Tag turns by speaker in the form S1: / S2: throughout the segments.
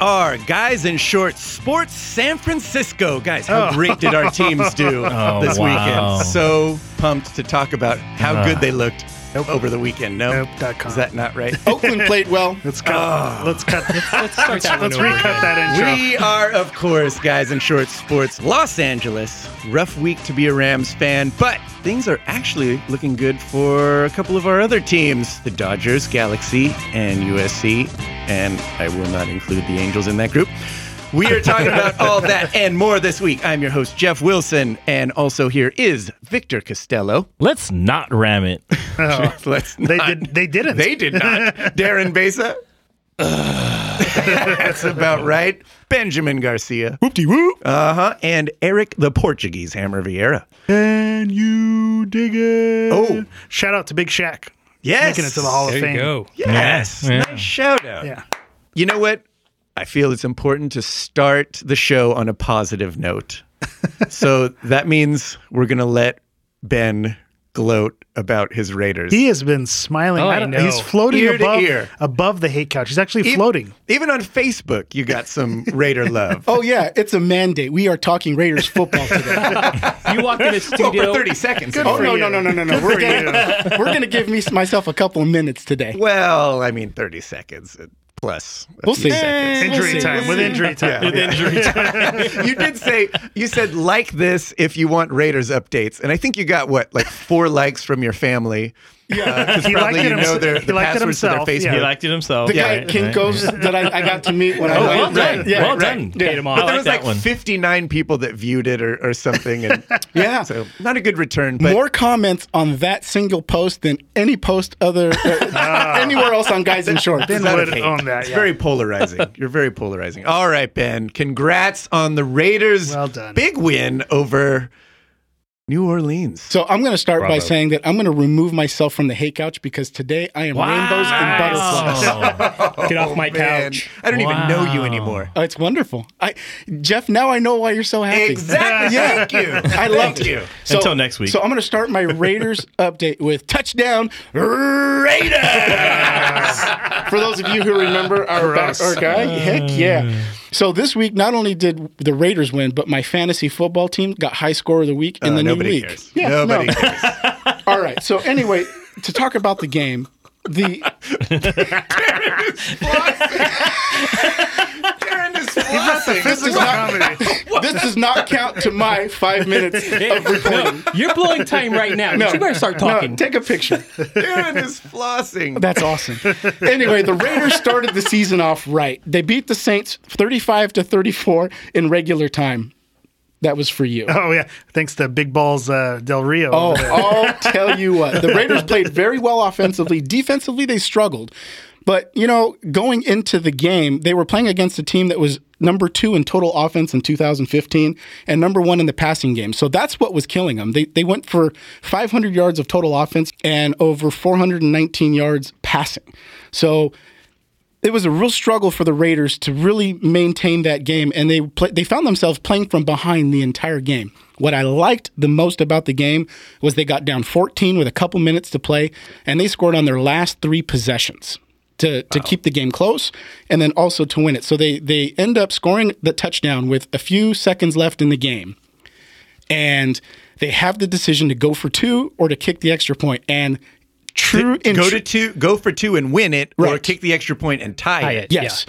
S1: are Guys in Shorts Sports San Francisco. Guys,
S2: Oh.
S1: how great did our teams do
S3: Oh,
S1: this
S3: wow.
S1: weekend? So pumped to talk about how
S3: Ah.
S1: good they looked over the weekend. No,
S2: Nope, dot com.
S1: is that not right?
S4: Oakland played well.
S2: Let's cut. Let's cut.
S3: Let's start that one
S2: Let's
S3: over
S2: recut
S3: again.
S2: that intro.
S1: We are, of course, guys in short sports, Los Angeles. Rough week to be a Rams fan, but things are actually looking good for a couple of our other teams the Dodgers, Galaxy, and USC. And I will not include the Angels in that group. We are talking about all that and more this week. I'm your host, Jeff Wilson, and also here is Victor Costello.
S3: Let's not ram it.
S1: Let's
S2: they
S1: not-
S2: did. They didn't.
S1: They did not. Darren Besa. That's about right. Benjamin Garcia. Whoop de whoop. Uh huh. And Eric the Portuguese Hammer Vieira.
S2: And you dig it.
S1: Oh.
S2: shout out to Big Shaq.
S1: Yes.
S2: Making it to the Hall of
S5: There
S2: Fame.
S5: you go.
S1: Yes.
S3: Yeah.
S1: Nice shout out.
S2: Yeah.
S1: You know what? I feel it's important to start the show on a positive note. so that means we're going to let Ben gloat about his Raiders.
S2: He has been smiling.
S5: Oh,
S2: I
S5: I
S2: don't
S5: know.
S2: He's floating
S1: Ear to
S2: above
S1: ear.
S2: above the hate couch. He's actually
S1: Even-
S2: floating.
S1: E Even on Facebook, you got some Raider love.
S4: Oh yeah, it's a mandate. We are talking Raiders football today.
S5: You walk in the
S1: Well,
S5: studio.
S1: for 30 seconds.
S4: oh
S1: anyway.
S4: no, no, no, no, no, no. We're gonna, we're gonna give me myself a couple of minutes today.
S1: Well, I mean, 30 seconds uh, plus. a
S4: We'll
S1: few
S4: see.
S1: seconds.
S4: Eh, we'll
S2: Injury
S4: see,
S2: time.
S4: we'll
S2: With
S4: see.
S2: injury time.
S1: Yeah. you did say, you said like this if you want Raiders updates. And I think you got what, like four likes from your family? Yeah. Because
S2: He liked
S1: probably
S2: it
S1: you know
S2: himself-
S1: their,
S2: he
S1: the
S2: liked it
S1: passwords to their
S2: himself, yeah.
S1: Facebook.
S3: He liked it himself.
S4: The guy
S3: Right,
S4: at King
S3: right,
S4: Ghost that I, I got to meet when I
S3: Oh,
S4: went.
S3: well done.
S4: Yeah,
S3: well
S4: right.
S3: done.
S4: Yeah.
S3: Tatum. I
S1: But there
S3: like
S1: was like
S3: that one.
S1: 59 people that viewed it or, or something. And
S4: Yeah.
S1: So not a good return. But
S4: More comments on that single post than any post other uh, anywhere else on Guys in Shorts.
S2: Then
S1: Is that
S2: would
S1: okay?
S2: own that.
S1: It's
S2: yeah.
S1: very polarizing. You're very polarizing. All right, Ben. Congrats on the Raiders'
S2: Well done.
S1: big win over New Orleans.
S4: So I'm going to start by
S3: Bravo.
S4: saying that I'm going to remove myself from the hate couch because today I am rainbows and butterflies.
S5: Get off my
S1: Man,
S5: couch.
S1: I don't even know you
S3: Wow.
S1: anymore.
S4: Oh, it's wonderful. I, Jeff, now I know why you're so happy.
S1: Exactly. Thank you.
S4: I loved
S1: you.
S3: Until next week.
S4: So I'm going to start my Raiders update with touchdown Raiders. For those of you who remember our, back, our guy,
S1: Uh.
S4: heck yeah. So this week, not only did the Raiders win, but my fantasy football team got high score of the week in
S1: Uh,
S4: the new
S1: nobody
S4: league.
S1: cares.
S4: Yeah,
S1: nobody
S4: no.
S1: cares.
S4: All right. So anyway, to talk about the game, the
S1: Karen is flossing.
S4: this does not this does not count to my five minutes of recording.
S5: You're blowing time right now.
S4: No.
S5: You better start talking.
S4: No, take a picture.
S1: Karen is flossing.
S4: That's awesome. anyway, the Raiders started the season off right. They beat the Saints 35 to 34 in regular time. That was for you.
S2: Oh yeah. Thanks to Big Balls uh, Del Rio.
S4: Oh,
S2: over there.
S4: I'll tell you what. The Raiders played very well offensively. Defensively, they struggled. But, you know, going into the game, they were playing against a team that was number two in total offense in 2015 and number one in the passing game. So that's what was killing them. They, they went for 500 yards of total offense and over 419 yards passing. So it was a real struggle for the Raiders to really maintain that game, and they play, they found themselves playing from behind the entire game. What I liked the most about the game was they got down 14 with a couple minutes to play, and they scored on their last three possessions to, to keep the game close, and then also to win it. So they they end up scoring the touchdown with a few seconds left in the game, and they have the decision to go for two or to kick the extra point, and. True in
S1: Go
S4: tr-
S1: to two. Go for two and win it, or
S4: Right.
S1: kick the extra point and tie,
S5: Tie
S1: it.
S5: it.
S4: Yes.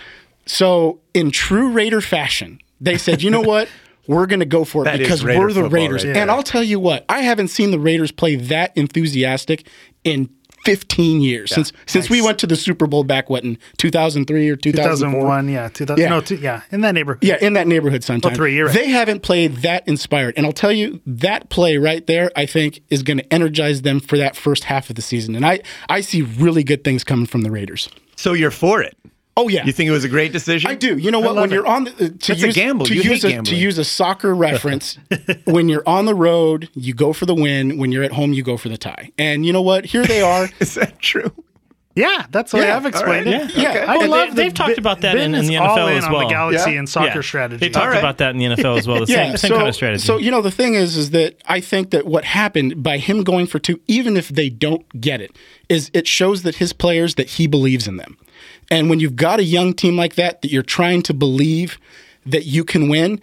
S4: So in true Raider fashion, they said, you know what? We're going to go for it
S1: That is
S4: because
S1: Raider
S4: we're the
S1: football
S4: Raiders.
S1: right
S4: And I'll tell you what, I haven't seen the Raiders play that enthusiastic in 15 years since since we went to the Super Bowl back what in 2003 or 2004.
S2: 2001. Yeah. 2000.
S4: Yeah.
S2: No. Two, yeah. In that neighborhood.
S4: Yeah, in that neighborhood
S1: Oh,
S4: sometime.
S2: three, you're right.
S4: They haven't played that inspired. And I'll tell you, that play right there, I think, is going to energize them for that first half of the season. And I, I see really good things coming from the Raiders.
S1: So you're for it.
S4: Oh, yeah.
S1: You think it was a great decision?
S4: I do. You know what? When
S2: love
S4: you're on the, uh, to
S1: That's a
S4: use,
S1: gamble.
S4: To
S1: You hate
S4: use a, to
S1: gambling.
S4: use a soccer reference, when you're on the road, you go for the win. When you're at home, you go for the tie. And you know what? Here they are.
S1: Is that true?
S2: Yeah, that's the way
S4: Yeah,
S2: I've
S4: all
S2: explained
S3: right,
S2: it.
S4: yeah, okay.
S2: I
S3: Well,
S2: love
S3: they-
S2: that
S3: they've talked
S2: Ben-
S3: about that
S2: Ben
S3: in- in
S2: is
S3: the
S2: all
S3: NFL
S2: in
S3: as
S2: on
S3: well.
S2: the Galaxy
S4: Yeah.
S2: and soccer
S3: Yeah.
S2: strategy.
S3: They talked
S1: right.
S3: about that in the NFL as well. The same, same
S4: so,
S3: kind of strategy.
S4: So you know the thing is, is that I think that what happened by him going for two, even if they don't get it, is it shows that his players that he believes in them. And when you've got a young team like that, that you're trying to believe that you can win.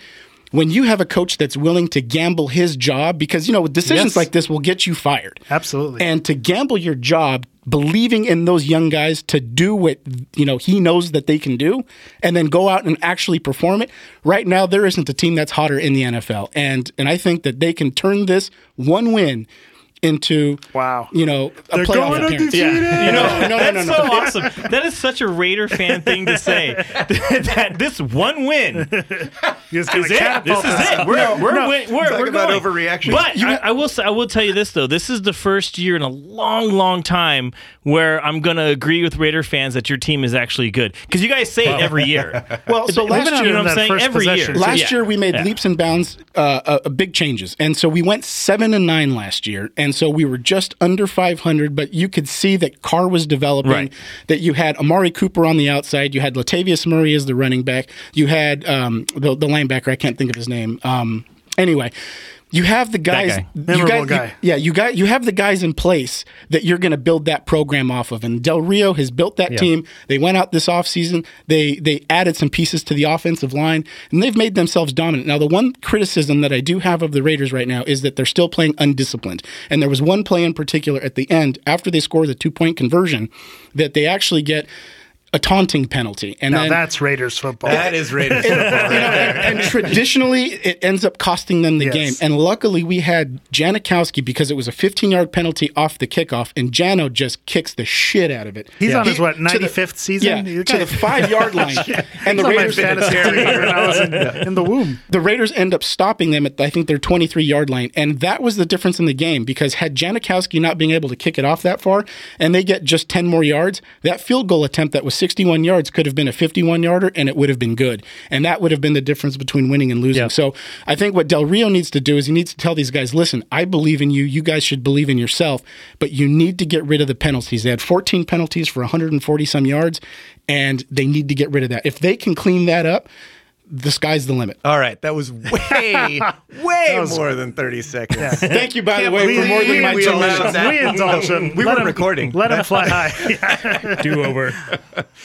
S4: When you have a coach that's willing to gamble his job, because you know decisions
S2: Yes.
S4: like this will get you fired.
S2: Absolutely.
S4: And to gamble your job, believing in those young guys to do what you know he knows that they can do, and then go out and actually perform it. Right now, there isn't a team that's hotter in the NFL, and and I think that they can turn this one win into
S2: Wow.
S4: you know, a
S2: They're
S4: playoff
S2: going eh?
S4: appearance.
S3: Yeah. You know,
S4: No, no, no,
S3: that's
S4: no, no.
S3: so awesome. That is such a Raider fan thing to say. that this one win
S2: You just kinda
S3: is it. This
S2: catapult
S3: is
S2: us.
S3: it. We're, we're, win- we're,
S1: Talk
S3: we're
S1: about
S3: going.
S1: overreaction.
S3: But I, I will say, I will tell you this though. This is the first year in a long, long time where I'm going to agree with Raider fans that your team is actually good because you guys say it every year.
S4: Well, so last
S3: Last
S4: year,
S3: year, you know
S2: in
S3: what I'm
S2: that
S3: saying?
S2: first
S3: Every
S2: possession.
S3: year.
S4: Last
S3: Yeah.
S4: year we made leaps and bounds, uh, uh, big changes, and so we went seven and nine last year, and so we were just under five hundred. But you could see that Carr was developing.
S3: Right.
S4: That you had Amari Cooper on the outside, you had Latavius Murray as the running back, you had um, the, the linebacker. I can't think of his name. Um, anyway. You have the guys,
S3: guy.
S4: you
S2: Memorable
S4: guys-
S2: guy.
S4: you- yeah, you got you have the guys in place that you're going to build that program off of. And Del Rio has built that team. They went out this offseason. They they added some pieces to the offensive line, and they've made themselves dominant. Now, the one criticism that I do have of the Raiders right now is that they're still playing undisciplined. And there was one play in particular at the end after they score the two point conversion that they actually get a taunting penalty. And
S2: Now
S4: then,
S2: that's Raiders football.
S1: that is Raiders football right there.
S4: and traditionally, it ends up costing them the
S2: Yes.
S4: game. And luckily, we had Janikowski because it was a 15 yard penalty off the kickoff, and Jano just kicks the shit out of it.
S2: He's on
S4: He-
S2: his what
S4: to the-
S2: 95th season.
S4: Yeah, to the five yard line, and the
S2: the
S4: Raiders,
S1: fantasy area
S2: when I was in, in the womb.
S4: the Raiders end up stopping them at I think their 23 yard line, and that was the difference in the game because had Janikowski not being able to kick it off that far, and they get just 10 more yards, that field goal attempt that was 61 yards could have been a 51 yarder, and it would have been good, and that would have been the difference between winning and losing. So I think what Del Rio needs to do is he needs to tell these guys, listen, I believe in you, you guys should believe in yourself, but you need to get rid of the penalties. They had 14 penalties for 140 some yards, and they need to get rid of that. If they can clean that up. The sky's the limit.
S1: All right, that was way, way
S2: was-
S1: more than 30 seconds.
S4: Thank you, by the way, for
S1: believe
S4: more than my
S1: we
S4: two
S1: allowed
S4: minutes.
S1: that.
S2: We indulge him.
S1: We
S2: Let
S1: were
S2: him-
S1: recording.
S2: Let him fly high.
S3: Do over.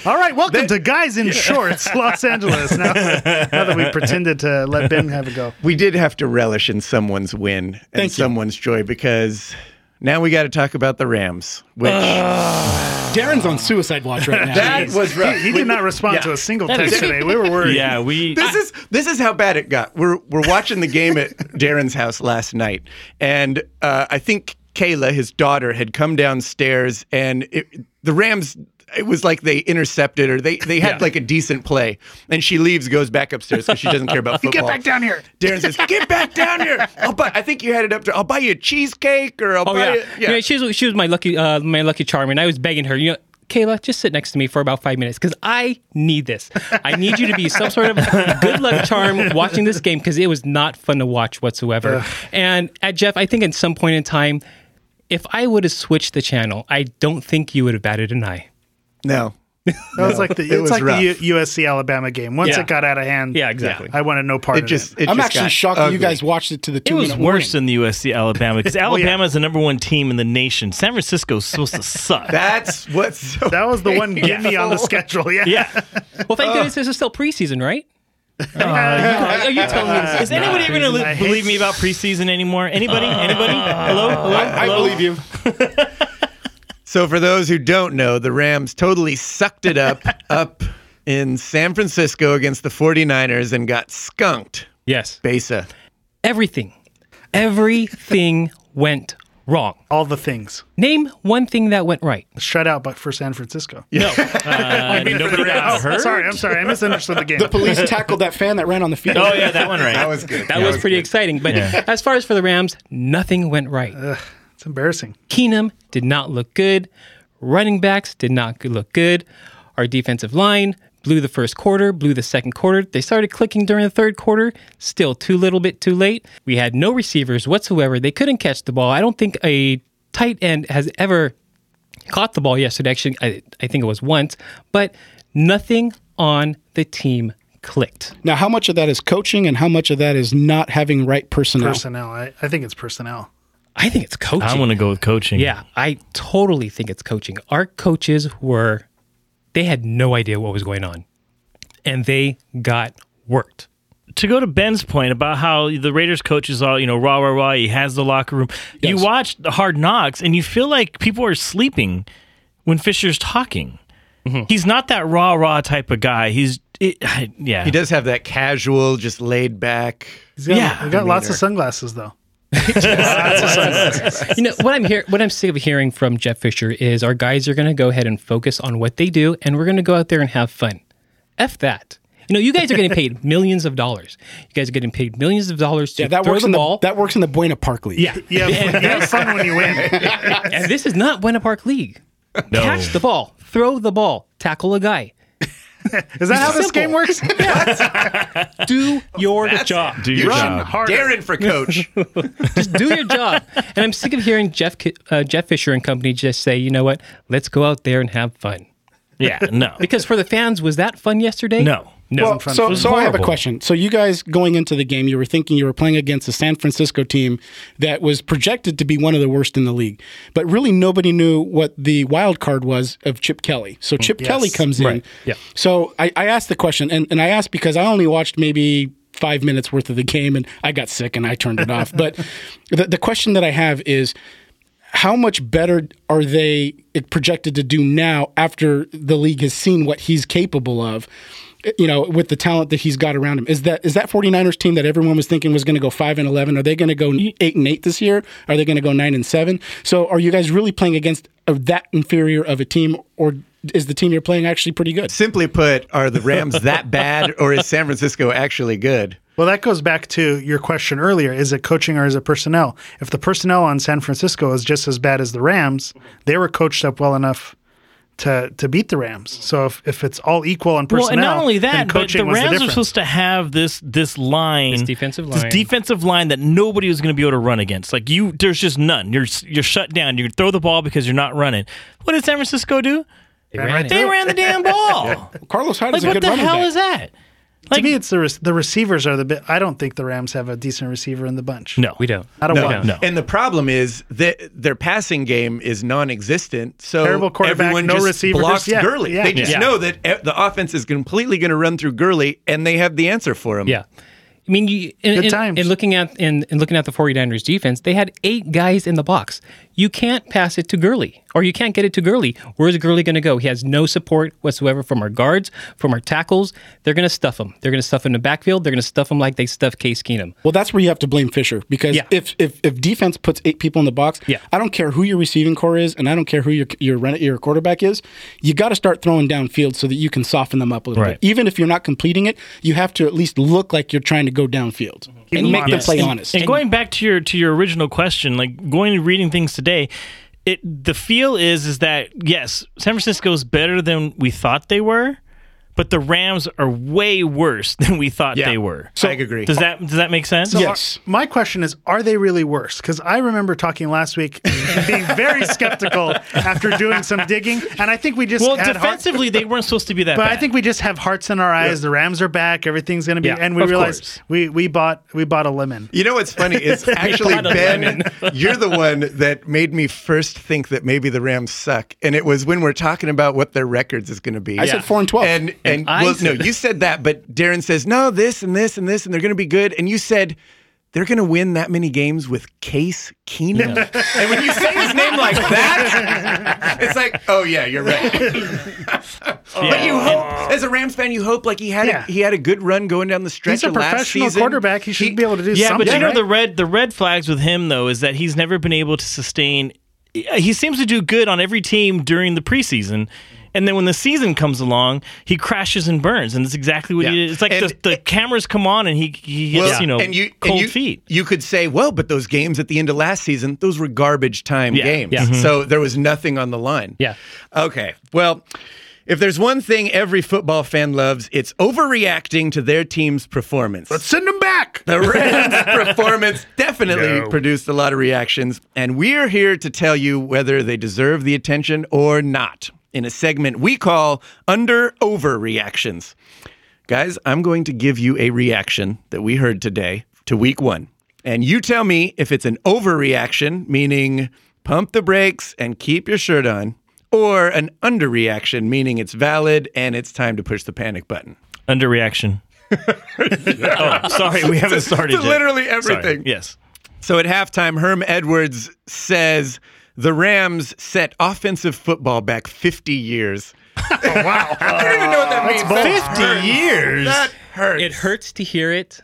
S2: All right, welcome to Guys in Shorts, Los Angeles. Now, now that we pretended to let Ben have a go.
S1: We did have to relish in someone's win and
S4: Thank you.
S1: someone's joy because now we got to talk about the Rams, which
S4: Darren's on suicide watch right now.
S1: that was rough.
S2: He did not respond
S1: yeah.
S2: to a single
S3: That
S2: text
S3: is-
S2: today. We were worried.
S3: Yeah, we.
S1: this is this is how bad it got. We're we're watching the game at Darren's house last night, and uh, I think Kayla, his daughter, had come downstairs, and it, the Rams. It was like they intercepted, or they they had like a decent play, and she leaves, goes back upstairs because she doesn't care about football.
S2: Get back down here.
S1: Darren says, "Get back down here! I'll buy. I think you had it up to. I'll buy you a cheesecake, or I'll
S5: Oh
S1: buy
S5: yeah.
S1: you.
S5: yeah, She was she was my lucky uh, my lucky charm, and I was begging her. You know, Kayla, just sit next to me for about five minutes because I need this. I need you to be some sort of good luck charm watching this game because it was not fun to watch whatsoever. And at Jeff, I think at some point in time, if I would have switched the channel, I don't think you would have batted an eye.
S1: No,
S2: That was like the
S1: it
S2: it's
S1: was
S2: like
S1: rough.
S2: the U- USC Alabama game. Once
S5: Yeah.
S2: it got out of hand,
S5: Yeah, exactly.
S2: I wanted no part
S1: it
S2: of
S1: just.
S2: it.
S1: It
S4: I'm
S1: just
S4: actually
S1: got
S4: shocked that you
S1: ugly.
S4: guys watched it to the two
S3: It was
S4: minute
S3: worse than the USC Alabama because
S2: yeah.
S3: Alabama is the number one team in the nation. San Francisco's supposed to suck.
S1: That's what's so
S2: That was the one gimme on the schedule. Yeah.
S3: yeah.
S5: Well, thank goodness this is still preseason, right? Uh, are you telling me this
S3: Is anybody even going
S2: I
S3: to
S2: hate-
S3: believe me about preseason anymore? Anybody? Anybody? Hello? Hello?
S4: I
S3: Hello?
S4: believe you.
S1: So, for those who don't know, the Rams totally sucked it up up in San Francisco against the 49ers and got skunked.
S5: Yes.
S1: Besa.
S5: Everything, everything went wrong.
S2: All the things.
S5: Name one thing that went right.
S2: Shut out, but for San Francisco. oh,
S3: No. Uh, nobody got hurt?
S2: Sorry, I'm sorry. I misunderstood the game.
S4: The police tackled that fan that ran on the field.
S3: Oh, yeah, that one right.
S1: was good.
S5: That was pretty exciting. But as far as for the Rams, nothing went right.
S2: it's embarrassing.
S5: Keenum did not look good. Running backs did not g- look good. Our defensive line blew the first quarter, blew the second quarter. They started clicking during the third quarter, still too little bit too late. We had no receivers whatsoever. They couldn't catch the ball. I don't think a tight end has ever caught the ball yesterday. Actually, I, I think it was once, but nothing on the team clicked.
S4: Now, how much of that is coaching and how much of that is not having right personnel?
S2: personnel. I, I think it's personnel.
S5: I think it's coaching.
S3: I want to go with coaching.
S5: Yeah, I totally think it's coaching. Our coaches were, they had no idea what was going on and they got worked.
S3: to go to Ben's point about how the Raiders coach is all, you know, rah, rah, rah, he has the locker room. You watch the Hard Knocks and you feel like people are sleeping when Fisher's talking. He's not that rah, rah type of guy. He's, it, yeah.
S1: He does have that casual, just laid back.
S2: He's got,
S3: Yeah.
S2: we got lots of sunglasses though.
S5: You know what I'm hear what I'm sick of hearing from Jeff Fisher is our guys are going to go ahead and focus on what they do, and we're going to go out there and have fun. F that. You know, you guys are getting paid millions of dollars. You guys are getting paid millions of dollars to
S4: Yeah, that
S5: throw
S4: works
S5: the
S4: in
S5: ball.
S4: the that works in the Buena Park League.
S5: yeah,
S2: Yeah, you have fun when you win.
S5: and this is not Buena Park League. Catch the ball, throw the ball, tackle a guy,
S2: Is that how this game works?
S5: do your job.
S3: Do your
S1: Run
S3: job.
S1: harder. Darren for coach.
S5: just do your job. And I'm sick of hearing Jeff Ki- uh, Jeff Fisher and company just say, you know what? Let's go out there and have fun.
S3: Yeah, no.
S5: Because for the fans, was that fun yesterday?
S3: No. No.
S4: Well, so, so I have a
S3: horrible.
S4: question. So you guys going into the game, you were thinking you were playing against a San Francisco team that was projected to be one of the worst in the league, but really nobody knew what the wild card was of Chip Kelly. So Chip Kelly comes in.
S5: Yeah.
S4: So I, I asked the question, and, and I asked because I only watched maybe five minutes worth of the game, and I got sick and I turned it off. But the, the question that I have is. How much better are they projected to do now after the league has seen what he's capable of? you know, with the talent that he's got around him. Is that is that 49ers team that everyone was thinking was going to go 5 and 11, are they going to go 8 and 8 this year? Are they going to go 9 and 7? So are you guys really playing against a, that inferior of a team or is the team you're playing actually pretty good?
S1: Simply put, are the Rams that bad or is San Francisco actually good?
S2: Well, that goes back to your question earlier. Is it coaching or is it personnel? If the personnel on San Francisco is just as bad as the Rams, they were coached up well enough to to beat the Rams. So if, if it's all equal on personnel,
S3: Well, and not only
S2: then
S3: that, but
S2: coaching
S3: the
S2: was the
S3: Rams are
S2: difference.
S3: supposed to have this this line,
S5: This defensive line.
S3: this defensive line that nobody was going to be able to run against. Like you, there's just none. You're you're shut down. You throw the ball because you're not running. What did San Francisco do?
S5: They ran it.
S3: They ran the damn ball.
S4: Carlos Hyde
S3: like
S4: is a
S3: what
S4: good
S3: the
S4: running
S3: hell
S4: back.
S3: is that? Like
S2: to me, it's the re- the receivers are the bit. I don't think the Rams have a decent receiver in the bunch.
S3: no,
S5: We don't.
S2: not a
S3: No,
S2: one.
S3: no.
S1: And the problem is that their passing game is non-existent. So
S2: Terrible quarterback,
S1: everyone
S2: no
S1: just
S2: receivers,
S1: blocks
S2: yeah,
S1: Gurley.
S2: yeah.
S1: they just
S3: Yeah.
S1: know that eh, the offense is completely going to run through Gurley, and they have the answer for him.
S5: Yeah. I mean, you, and,
S2: Good
S5: and-
S2: times.
S5: and looking at and, and looking at the 49ers defense, they had eight guys in the box. You can't pass it to Gurley, or you can't get it to Gurley. Where's Gurley going to go? He has no support whatsoever from our guards, from our tackles. They're going to stuff him. They're going to stuff him in the backfield. They're going to stuff him like they stuffed Case Keenum.
S4: Well, that's where you have to blame Fisher because
S5: Yeah.
S4: if, if if defense puts eight people in the box,
S5: Yeah.
S4: I don't care who your receiving core is, and I don't care who your your run, your quarterback is. You got to start throwing downfield so that you can soften them up a little
S3: Right.
S4: bit. Even if you're not completing it, you have to at least look like you're trying to go downfield and
S2: them
S4: make them
S2: honest.
S4: play honest.
S3: And going back to your to your original question, like going and reading things today, it the feel is is that yes, San Francisco is better than we thought they were, but the Rams are way worse than we thought
S1: Yeah.
S3: they were.
S1: So- I agree.
S3: Does that does that make sense?
S4: Yeah.
S2: Are-
S4: Yes.
S2: my question is, are they really worse? Because I remember talking last week and being very skeptical after doing some digging, and I think we just
S3: Well,
S2: had heart-
S3: defensively, they weren't supposed to be that
S2: but
S3: bad.
S2: I think we just have hearts in our eyes. The Rams are back. Everything's going to be,
S5: Yeah,
S2: and we
S5: of
S2: realize
S5: course.
S2: we we bought we bought a lemon.
S1: You know what's funny is actually
S5: Bottom
S1: Ben,
S5: lemon.
S1: you're the one that made me first think that maybe the Rams suck, and it was when we're talking about what their records is going to be.
S4: I said four and twelve.
S1: and and
S5: I
S1: well, no,
S5: said-
S1: you said that, but Darren says no, this and this and this, and they're going to be good, and you said. They're going to win that many games with Case Keenum. And when you say his name like that, it's like, oh yeah, you're right. but you hope, as a Rams fan, you hope like he had
S2: Yeah.
S1: a, he had a good run going down the stretch.
S2: He's a
S1: of last
S2: professional
S1: season.
S2: quarterback. He should be able to do
S3: yeah,
S2: something.
S3: but you know
S2: right?
S3: the red the red flags with him though is that he's never been able to sustain. He seems to do good on every team during the preseason, and then when the season comes along, he crashes and burns, and that's exactly what he
S1: Yeah.
S3: did. It's like
S1: And-
S3: the, the cameras come on and he he gets you know cold
S1: you,
S3: feet.
S1: You could say, well, but those games at the end of last season, those were garbage time games.
S3: Mm-hmm.
S5: yeah.
S1: So there was nothing on the line.
S5: Yeah.
S1: Okay. Well, If there's one thing every football fan loves, it's overreacting to their team's performance.
S2: Send them back.
S1: The Rams' performance definitely
S2: No.
S1: produced a lot of reactions, and we're here to tell you whether they deserve the attention or not in a segment we call Under Over Reactions. Guys, I'm going to give you a reaction that we heard today to week one, and you tell me if it's an overreaction, meaning pump the brakes and keep your shirt on, or an underreaction, meaning it's valid and it's time to push the panic button.
S3: Underreaction. oh, sorry, we haven't started
S1: to
S3: yet.
S1: literally
S3: Sorry.
S1: everything.
S3: Yes.
S1: So at halftime, Herm Edwards says the Rams set offensive football back 50 years. wow. I don't even know what that means. That
S3: 50
S1: hurts.
S3: years?
S1: That hurts.
S5: It hurts to hear it.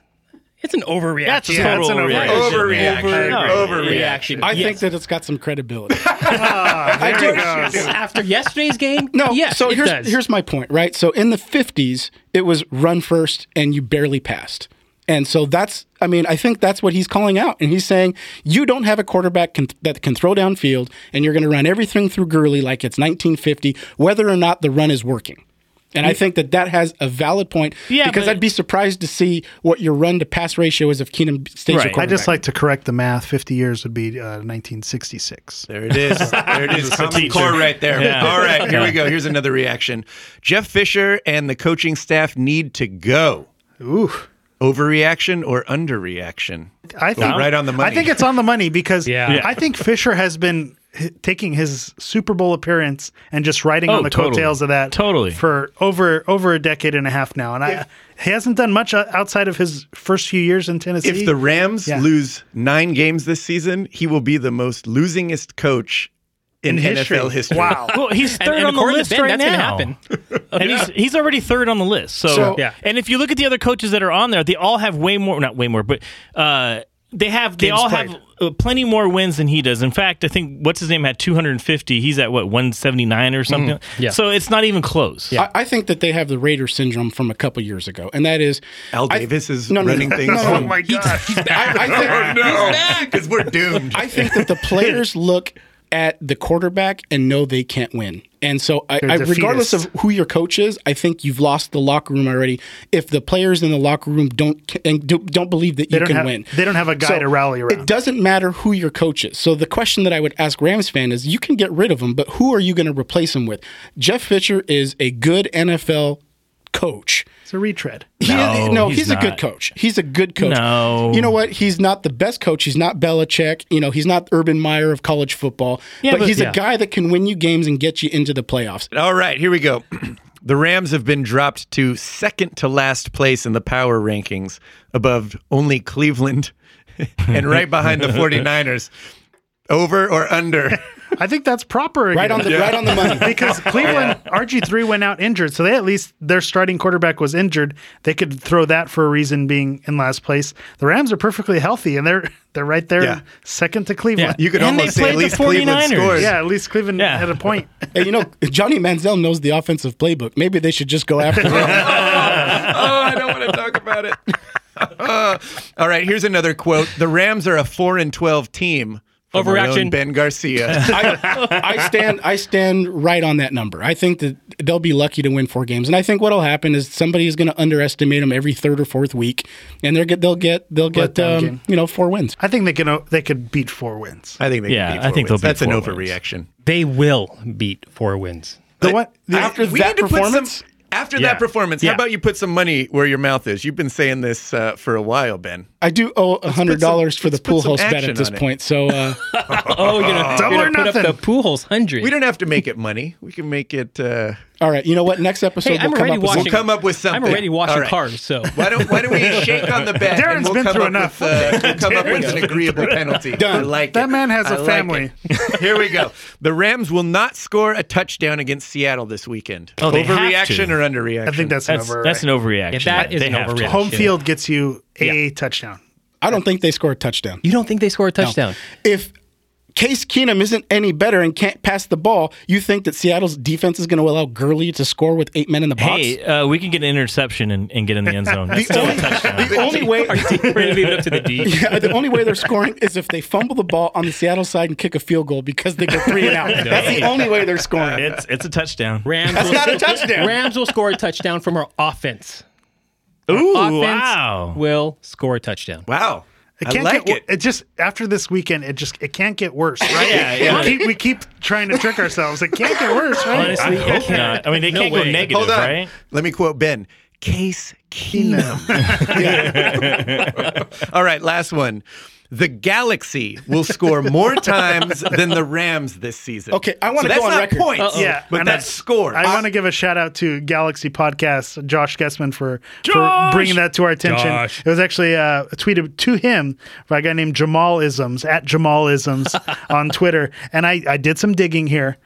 S5: It's an overreaction.
S2: That's
S3: Yeah,
S2: total
S3: it's an
S2: reaction.
S1: overreaction.
S2: Overreaction.
S1: Overreaction.
S4: I think that it's got some credibility.
S2: Ah, there it goes.
S5: after yesterday's game.
S4: No,
S5: yes,
S4: so
S5: it
S4: here's
S5: does.
S4: here's my point, right? So in the 50s, it was run first and you barely passed. And so that's I mean, I think that's what he's calling out and he's saying you don't have a quarterback can, that can throw downfield and you're going to run everything through Gurley like it's 1950 whether or not the run is working. And I think that that has a valid point
S3: Yeah,
S4: because
S3: but-
S4: I'd be surprised to see what your run to pass ratio is if Keenan stays your
S3: Right.
S2: I
S4: quarterback.
S2: just like to correct the math. 50 years would be uh, 1966.
S1: There it is. There it is. Common core right there.
S3: Yeah.
S1: All right, here we go. Here's another reaction. Jeff Fisher and the coaching staff need to go.
S2: Ooh.
S1: Overreaction or underreaction?
S2: I think
S1: Wow. Right on the money.
S2: I think it's on the money because
S5: Yeah. Yeah.
S2: I think Fisher has been h- taking his Super Bowl appearance and just riding
S3: Oh,
S2: on the
S3: totally.
S2: coattails of that
S3: Totally.
S2: for over over a decade and a half now, and I he hasn't done much o- outside of his first few years in Tennessee. Oh
S1: If the Rams
S2: Yeah.
S1: lose nine games this season, he will be the most losingest coach in, NFL history.
S2: wow.
S3: Well, he's
S5: And-
S3: third
S5: and
S3: on the
S5: according to
S3: list
S5: Ben,
S3: right
S5: that's
S3: now.
S5: gonna happen.
S3: And he's he's already third on the list. So,
S4: So-
S5: Yeah.
S3: and if you look at the other coaches that are on there, they all have way more not way more, but uh they have they
S2: Games
S3: all
S2: played.
S3: have uh, plenty more wins than he does. In fact, I think what's his name had 250, he's at what 179 or something.
S5: Mm-hmm. Yeah.
S3: So it's not even close.
S4: I, I think that they have the Raider syndrome from a couple years ago, and that is
S1: Al
S4: I-
S1: Davis is
S4: No, no, no,
S1: running
S4: no,
S1: things.
S4: no, no.
S1: Oh my
S4: I, I think,
S1: Because we're doomed.
S4: I think that the players look at the quarterback and know they can't win. And so, I, I, regardless of
S2: defeatists.
S4: who your coach is, I think you've lost the locker room already. If the players in the locker room don't ca- and do- don't believe that you
S2: don't
S4: can
S2: have-
S4: win,
S2: they don't have a guy to rally
S4: It
S2: around.
S4: doesn't matter who your coach is. So the question that I would ask Rams fan is: You can get rid of him, but who are you going to replace him with? Jeff Fisher is a good NFL coach.
S2: It's a retread.
S4: He, no,
S3: he's
S4: he's, a good
S3: not.
S4: coach. He's a good coach.
S3: No.
S4: You know what? He's not the best coach. He's not Belichick. You know, he's not Urban Meyer of college football. but,
S3: but-
S4: he's
S3: yeah.
S4: a guy that can win you games and get you into the playoffs.
S1: All right, here we go. The Rams have been dropped to second to last place in the power rankings, above only Cleveland and right behind the 49ers. Over or under?
S2: I think that's proper.
S4: Right on the right on the money.
S2: because Cleveland RG three went out injured, so they at least their starting quarterback was injured. They could throw that for a reason being in last place. The Rams are perfectly healthy, and they're they're right there,
S1: Yeah.
S2: second to Cleveland. Yeah.
S1: You could
S3: And they
S1: almost say
S3: played
S1: at
S3: the
S1: least Cleveland
S3: 49ers.
S1: scores.
S2: at least Cleveland
S3: Yeah.
S2: had a point.
S4: and you know, Johnny Manziel knows the offensive playbook. Maybe they should just go after him.
S1: oh, I don't want to talk about it. Uh, all right, here's another quote. The Rams are a 4 and 12 team. from our own
S5: Overreaction.
S1: Ben Garcia.
S4: I, I stand I stand right on that number. I think that they'll be lucky to win four games, and I think what'll happen is somebody is going to underestimate them every third or fourth week, and they're get they'll get they'll get
S2: Letdown game.
S4: um, you know four wins.
S2: I think they can o- they could beat four wins.
S1: I think they
S3: Yeah,
S1: can beat
S3: I
S1: four
S3: think
S1: wins.
S3: they'll beat
S1: That's an
S3: four wins.
S1: overreaction.
S5: They will beat four wins.
S2: The one the,
S4: after
S1: We
S4: that
S1: need to put some-
S4: performance,
S1: after
S3: Yeah.
S1: that performance,
S3: Yeah.
S1: how about you put some money where your mouth is? You've been saying this uh, for a while, Ben.
S4: I do owe hundred dollars
S1: some-
S4: for the
S1: let's put
S4: pool
S1: some
S4: host bet
S1: action
S4: at this
S1: on it.
S4: point. So uh,
S5: Oh, you're gonna,
S2: Double
S5: you're
S2: or
S5: gonna put
S2: nothing.
S5: up the pool holes hundred.
S1: We don't have to make it money. We can make it. Uh,
S4: all right, you know what? Next episode
S5: Hey, I'm
S4: we'll come
S5: already
S4: up with
S5: watching.
S1: we'll come up with something.
S5: I'm already washing
S1: All right.
S5: cars, so
S1: Why don't Why don't we shake on the bet?
S2: Darren's
S1: and we'll
S2: been
S1: come
S2: through
S1: up
S2: enough.
S1: With, uh, we'll come up with an agreeable penalty. Done. I like
S2: That
S1: it.
S2: man has
S1: a
S2: a family.
S1: Here we go. The Rams will not score a touchdown against Seattle this weekend.
S3: Oh, they have
S1: Overreaction
S3: to.
S1: or underreaction?
S2: I think that's, an
S3: That's
S2: over.
S3: that's an overreaction.
S5: Yeah, that is
S3: They
S5: an
S3: have to.
S5: overreaction.
S2: home field gets you a touchdown.
S4: I don't think they score a touchdown.
S5: you don't think they score a touchdown.
S4: If Case Keenum isn't any better and can't pass the ball, you think that Seattle's defense is going to allow Gurley to score with eight men in the box?
S3: Hey, uh, we can get an interception and, and get in the end zone. That's still a touchdown.
S4: the only way
S5: We're gonna leave it up to the D.
S4: Yeah, the only way they're scoring is if they fumble the ball on the Seattle side and kick a field goal because they go three and out. That's the only way they're scoring.
S3: It's it's a touchdown.
S5: Rams
S4: That's
S5: will,
S4: not a touchdown.
S5: Rams will score a touchdown from our offense.
S3: Ooh,
S5: Offense
S3: wow.
S5: will score a touchdown.
S1: Wow.
S2: It
S1: I
S2: can't
S1: like
S2: get,
S1: it.
S2: it. it just after this weekend it just it can't get worse, right?
S3: Yeah, yeah.
S2: We, keep, we keep trying to trick ourselves. It can't get worse, right?
S3: Honestly, I hope not. I mean, they
S5: No
S3: can't go
S5: way.
S3: negative,
S1: Hold on.
S3: right?
S1: Let me quote Ben. Case Keenum. All right, last one. The Galaxy will score more times than the Rams this season.
S4: Okay, I wanna
S1: so that's
S4: go on
S1: not
S4: record.
S1: points,
S2: Yeah,
S1: but
S2: and I-
S1: that's score.
S2: I want to give a shout out to Galaxy Podcast, Josh Gessman for, for
S3: Josh!
S2: bringing that to our attention.
S5: Josh.
S2: It was actually uh, tweeted to him by a guy named Jamalisms at Jamalisms on Twitter, and I, I did some digging here.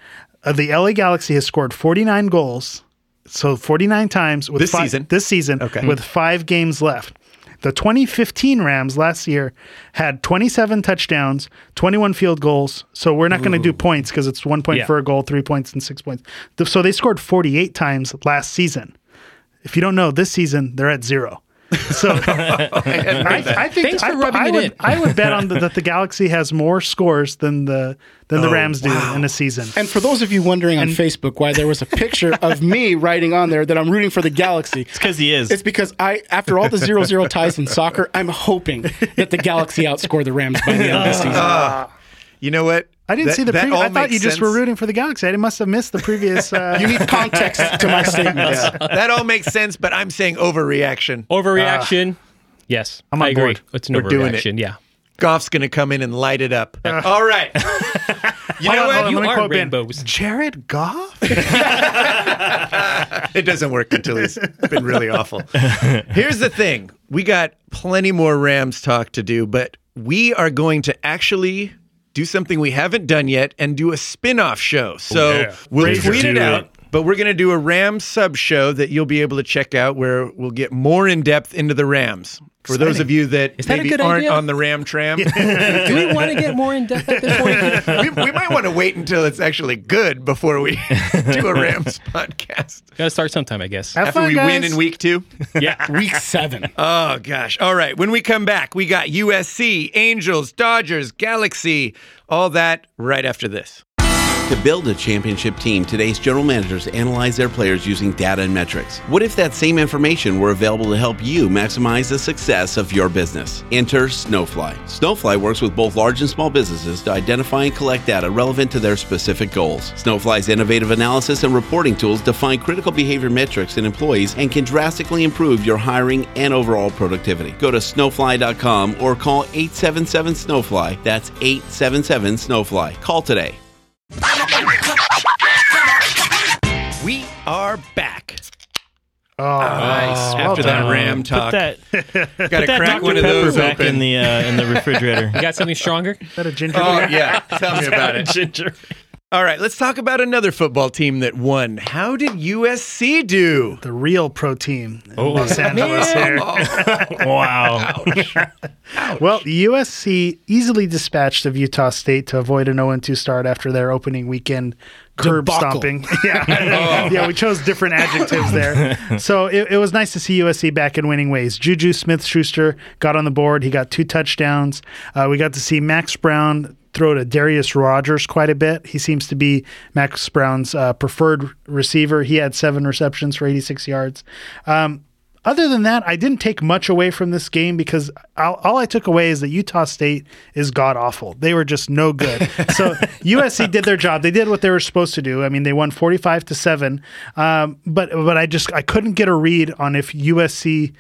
S2: Uh, the LA Galaxy has scored 49 goals, so 49 times with
S1: This
S2: fi-
S1: season?
S2: This season,
S1: Okay.
S2: with five games left. The 2015 Rams last year had 27 touchdowns, 21 field goals. So we're not going to do points because it's one point
S5: Yeah.
S2: for a goal, three points, and six points. Th- So they scored 48 times last season. If you don't know, this season they're at zero. So I, I think
S5: Thanks for
S2: I,
S5: rubbing
S2: I
S5: it
S2: would
S5: in.
S2: I would bet on the, that the Galaxy has more scores than the than
S1: Oh,
S2: the Rams do in a season.
S4: And for those of you wondering on Facebook why there was a picture of me writing on there that I'm rooting for the Galaxy,
S3: Because he is.
S4: it's because I, after all the 0 0 ties in soccer, I'm hoping that the Galaxy outscore the Rams by the end of the season.
S1: Ah. you know what?
S2: I didn't
S1: That-
S2: see the.
S1: that
S2: Pre-
S1: all
S2: I thought
S1: makes
S2: you just
S1: sense.
S2: were rooting for the Galaxy. I must have missed the previous. Uh,
S4: you need context to my statements.
S1: Yeah, that all makes sense, but I'm saying overreaction.
S5: Overreaction. Uh, yes,
S2: I'm on
S5: I agree.
S2: board.
S5: It's an
S1: We're doing it.
S5: overreaction. Yeah.
S1: Goff's going to come in and light it up. All right. you know
S2: Hold on,
S1: what?
S2: hold on,
S5: You
S2: let me
S5: are
S2: quote Ben.
S5: rainbows.
S2: Jared Goff.
S1: It doesn't work until he's been really awful. Here's the thing we got plenty more Rams talk to do, but we are going to actually do something we haven't done yet and do a spin off show. So we'll
S3: Raise
S1: tweet
S3: it.
S1: it
S3: Do
S1: out.
S3: it.
S1: But we're going to do a Rams sub show that you'll be able to check out where we'll get more in depth into the Rams. For those of you that,
S5: that a
S1: maybe
S5: good
S1: aren't
S5: idea?
S1: on the Ram tram,
S5: Do we want to get more in depth at this point?
S1: we, we might want to wait until it's actually good before we do a Rams podcast.
S5: Gotta start sometime, I guess.
S2: Have
S1: After
S2: fun,
S1: we win
S2: guys.
S1: in week two.
S4: Week seven.
S1: Oh, gosh. All right. When we come back, we got USC, Angels, Dodgers, Galaxy, all that right after this.
S6: To build a championship team, today's general managers analyze their players using data and metrics. What if that same information were available to help you maximize the success of your business? Enter Snowfly. Snowfly works with both large and small businesses to identify and collect data relevant to their specific goals. Snowfly's innovative analysis and reporting tools define critical behavior metrics in employees and can drastically improve your hiring and overall productivity. Go to snowfly.com or call 877 Snowfly. That's 877 Snowfly. Call today.
S1: We are back. Ah,
S2: Oh,
S1: Nice.
S2: well
S1: after that
S2: done.
S1: Ram talk.
S3: Put Um, that, put
S1: got to
S3: that
S1: crack
S3: Dr.
S1: one of
S3: Pepper
S1: those
S3: back
S1: open.
S3: in the uh, in the refrigerator.
S5: You got something stronger?
S2: Is that a ginger?
S1: oh, yeah. Tell me about it.
S3: Ginger.
S1: All right. Let's talk about another football team that won. How did USC do?
S2: The real pro team
S1: Oh.
S2: in Los Angeles here.
S3: Wow.
S2: Well, USC easily dispatched of Utah State to avoid an 0-2 start after their opening weekend curb
S4: Debacle.
S2: stomping. Yeah, yeah, we chose different adjectives there. So it, it was nice to see USC back in winning ways. Juju Smith-Schuster got on the board. He got two touchdowns. Uh, we got to see Max Brown throw to Darius Rogers quite a bit. He seems to be Max Brown's uh, preferred receiver. He had seven receptions for 86 yards. Um, other than that, I didn't take much away from this game because all, all I took away is that Utah State is god awful. They were just no good. so USC did their job. They did what they were supposed to do. I mean, they won forty five to seven. Um, but but I just I couldn't get a read on if USC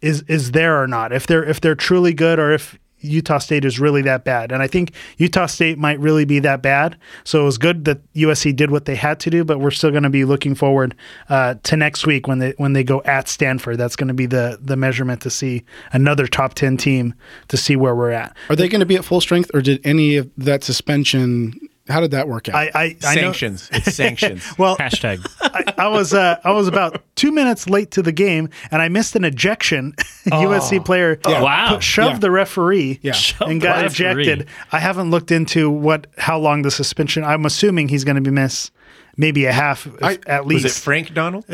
S2: is is there or not. If they're if they're truly good or if Utah State is really that bad. And I think Utah State might really be that bad. So it was good that USC did what they had to do, but we're still going to be looking forward uh, to next week when they when they go at Stanford. That's going to be the the measurement to see another top ten team to see where we're at.
S4: Are they going to be at full strength, or did any of that suspension How did that work out?
S2: I, I, I know-
S1: sanctions. It's sanctions.
S2: well,
S3: Hashtag.
S2: I, I was uh, I was about two minutes late to the game, and I missed an ejection. USC player
S3: Oh. Wow.
S2: put- shoved
S4: Yeah.
S2: the referee
S3: Shoved
S2: and
S3: the
S2: got
S3: referee.
S2: ejected. I haven't looked into what how long the suspension. I'm assuming he's going to be missed, maybe a half if-
S4: I-
S2: at
S1: Was
S2: least.
S1: it Frank Donald?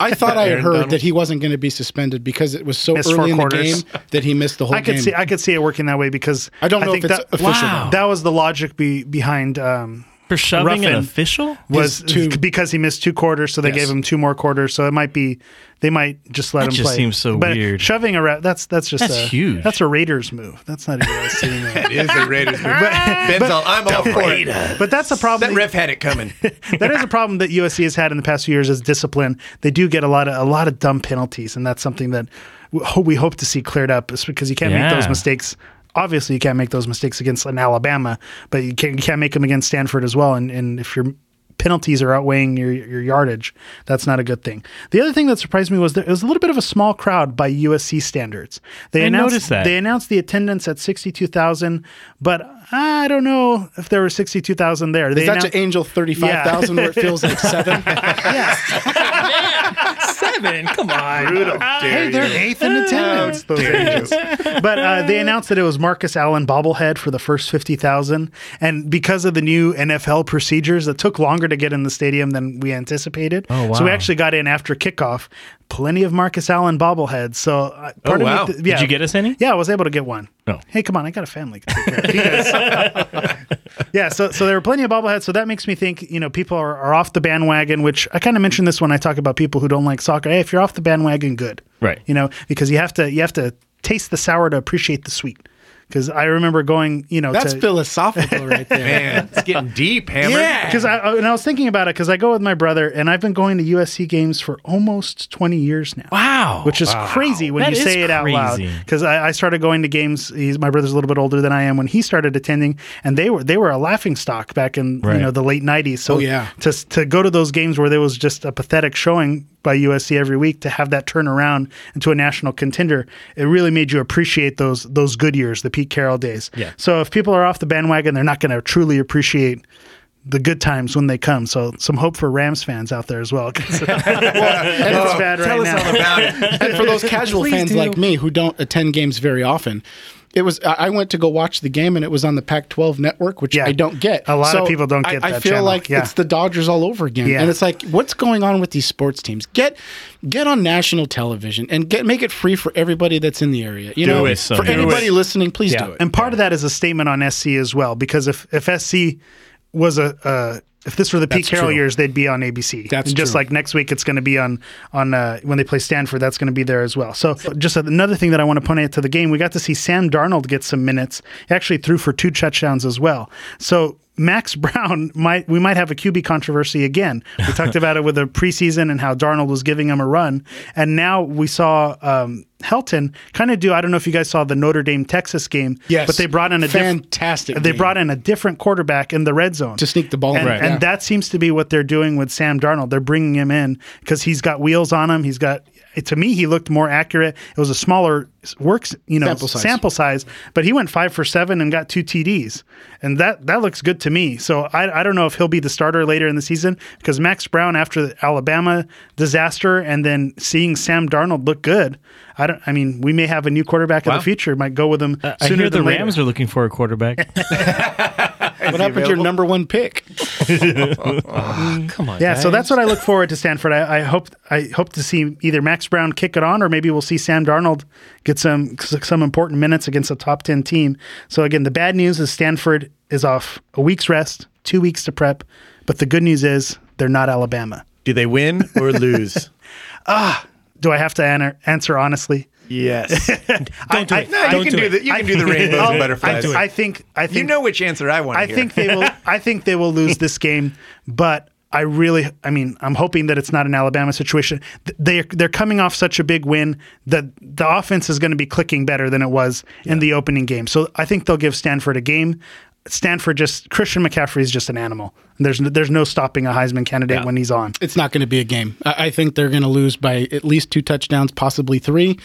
S4: I thought I had
S1: Aaron
S4: heard
S1: Donald.
S4: that he wasn't going to be suspended because it was so
S2: Missed four
S4: early in the game
S2: quarters.
S4: that he missed the whole
S2: I could
S4: game.
S2: see I could see it working that way because
S4: I don't know if it's official,
S3: Wow. though.
S2: That was the logic be, behind um,
S3: For shoving an
S2: Ruffin.
S3: official?
S2: was
S4: two-
S2: because he missed two quarters, so they
S4: Yes.
S2: gave him two more quarters. So it might be they might just let
S3: That
S2: him
S3: just
S2: play.
S3: seems so
S2: but
S3: weird.
S2: Shoving a ra- that's that's just
S3: That's
S2: a,
S3: huge.
S2: That's a Raiders move. That's not a USC move.
S1: It is the Raiders. move. Ben's all, I'm all for it.
S2: But that's a problem.
S1: That ref had it coming.
S2: that is a problem that USC has had in the past few years is discipline. They do get a lot of a lot of dumb penalties, and that's something that we ho- we hope to see cleared up. Is because you can't make those
S3: Yeah.
S2: mistakes. Obviously, you can't make those mistakes against an Alabama, but you can't you can't make them against Stanford as well. And and if your penalties are outweighing your your yardage, that's not a good thing. The other thing that surprised me was there it was a little bit of a small crowd by USC standards. They
S3: I
S2: announced
S3: noticed that.
S2: they announced the attendance at sixty two thousand, but I don't know if there were sixty two thousand there. They
S4: Is that
S2: annou-
S4: to Angel 35,000 where it feels like seven?
S5: Seven. Come on.
S2: Hey, they're eighth in attendance. Those angels. But uh, they announced that it was Marcus Allen bobblehead for the first fifty thousand, and because of the new NFL procedures, that took longer to get in the stadium than we anticipated.
S3: Oh,
S2: So we
S3: wow.
S2: actually got in after kickoff. Plenty of Marcus Allen bobbleheads. So uh, part
S1: wow.
S2: of me,
S3: Oh, Did you get us any? Oh.
S2: Yeah, I was able to get one.
S3: No.
S2: Hey, come on! I got a family. To take care of. You guys- yeah, so so there were plenty of bobbleheads. So that makes me think, you know, people are, are off the bandwagon, which I kind of mentioned this when I talk about people who don't like soccer. Hey, if you're off the bandwagon, good.
S3: Right.
S2: You know, because you have to you have to taste the sour to appreciate the sweet. Because I remember going, you know,
S4: That's
S2: to,
S4: philosophical right there.
S1: Man, it's getting deep, Hammer.
S2: because I I- and I was thinking about it because I go with my brother and I've been going to USC games for almost 20 years now.
S3: Wow.
S2: Which is crazy when
S3: That
S2: you
S3: is
S2: say it out loud.
S3: crazy.
S2: Because I, I started going to games. He's, my brother's a little bit older than I am when he started attending, and they were they were a laughing stock back in
S3: Right.
S2: you know the late '90s. So
S4: Oh, yeah.
S2: to s- to go to those games where there was just a pathetic showing by USC every week to have that turn around into a national contender, it really made you appreciate those those good years, the Pete Carroll days.
S3: Yeah.
S2: So if people are off the bandwagon, they're not going to truly appreciate the good times when they come. So some hope for Rams fans out there as well. 'cause it's bad right now.
S4: and for those casual
S5: Please
S4: fans
S5: do.
S4: like me who don't attend games very often, it was I I went to go watch the game and it was on the Pac-12 network, which
S2: Yeah.
S4: I don't get.
S2: A lot of people don't
S4: I-
S2: get
S4: I,
S2: that
S4: feel
S2: channel.
S4: like
S2: Yeah.
S4: it's the Dodgers all over again,
S2: Yeah.
S4: and it's like, what's going on with these sports teams? Get get on national television and get make it free for everybody that's in the area. You
S3: Do
S4: know,
S3: it, son.
S4: for
S3: Do
S4: anybody listening, please do it.
S2: And part of that is a statement on SC as well, because if if SC was a uh, if this were the Pete
S4: That's
S2: Carroll
S4: true.
S2: years, they'd be on ABC.
S4: That's
S2: And just
S4: true.
S2: like next week, it's going to be on on uh, when they play Stanford. That's going to be there as well. So just another thing that I want to point out to the game, we got to see Sam Darnold get some minutes. He actually threw for two touchdowns as well. So. Max Brown might we might have a QB controversy again. We talked about it with the preseason and how Darnold was giving him a run, and now we saw um, Helton kind of do. I don't know if you guys saw the Notre Dame Texas game,
S4: Yes.
S2: but they brought in a diff-
S4: Fantastic
S2: they
S4: game.
S2: brought in a different quarterback in the red zone
S4: To sneak the ball in,
S2: and,
S4: Right.
S2: and
S4: yeah.
S2: that seems to be what they're doing with Sam Darnold. They're bringing him in because he's got wheels on him. He's got. To me, he looked more accurate. It was a smaller s- works, you know,
S4: Sample size.
S2: size, but he went five for seven and got two TDs, and that that looks good to me. So I, I don't know if he'll be the starter later in the season because Max Brown after the Alabama disaster and then seeing Sam Darnold look good, I don't. I mean, we may have a new quarterback in the future. Might go with him
S3: Uh, I
S2: sooner
S3: hear the
S2: than later.
S3: Rams are looking for a quarterback.
S4: What happened to your number one pick?
S5: Come on.
S2: Yeah, so
S5: guys.
S2: that's what I look forward to Stanford. I, I hope I hope to see either Max Brown kick it on, or maybe we'll see Sam Darnold get some some important minutes against a top ten team. So again, the bad news is Stanford is off a week's rest, two weeks to prep, but the good news is they're not Alabama.
S1: Do they win or lose?
S2: Do I have to an- answer honestly?
S1: yes.
S2: Don't I, do
S1: No, you can do, the, you can do the rainbows and
S2: I,
S1: butterflies.
S2: I think I think
S1: you know which answer I want to
S2: I think they will. I think they will lose this game, but I really, I mean, I'm hoping that it's not an Alabama situation. Th- They they're coming off such a big win that the offense is going to be clicking better than it was in the opening game. So I think they'll give Stanford a game. Stanford just Christian McCaffrey is just an animal. And there's no, there's no stopping a Heisman candidate when he's on.
S4: It's not going to be a game. I, I think they're going to lose by at least two touchdowns, possibly three.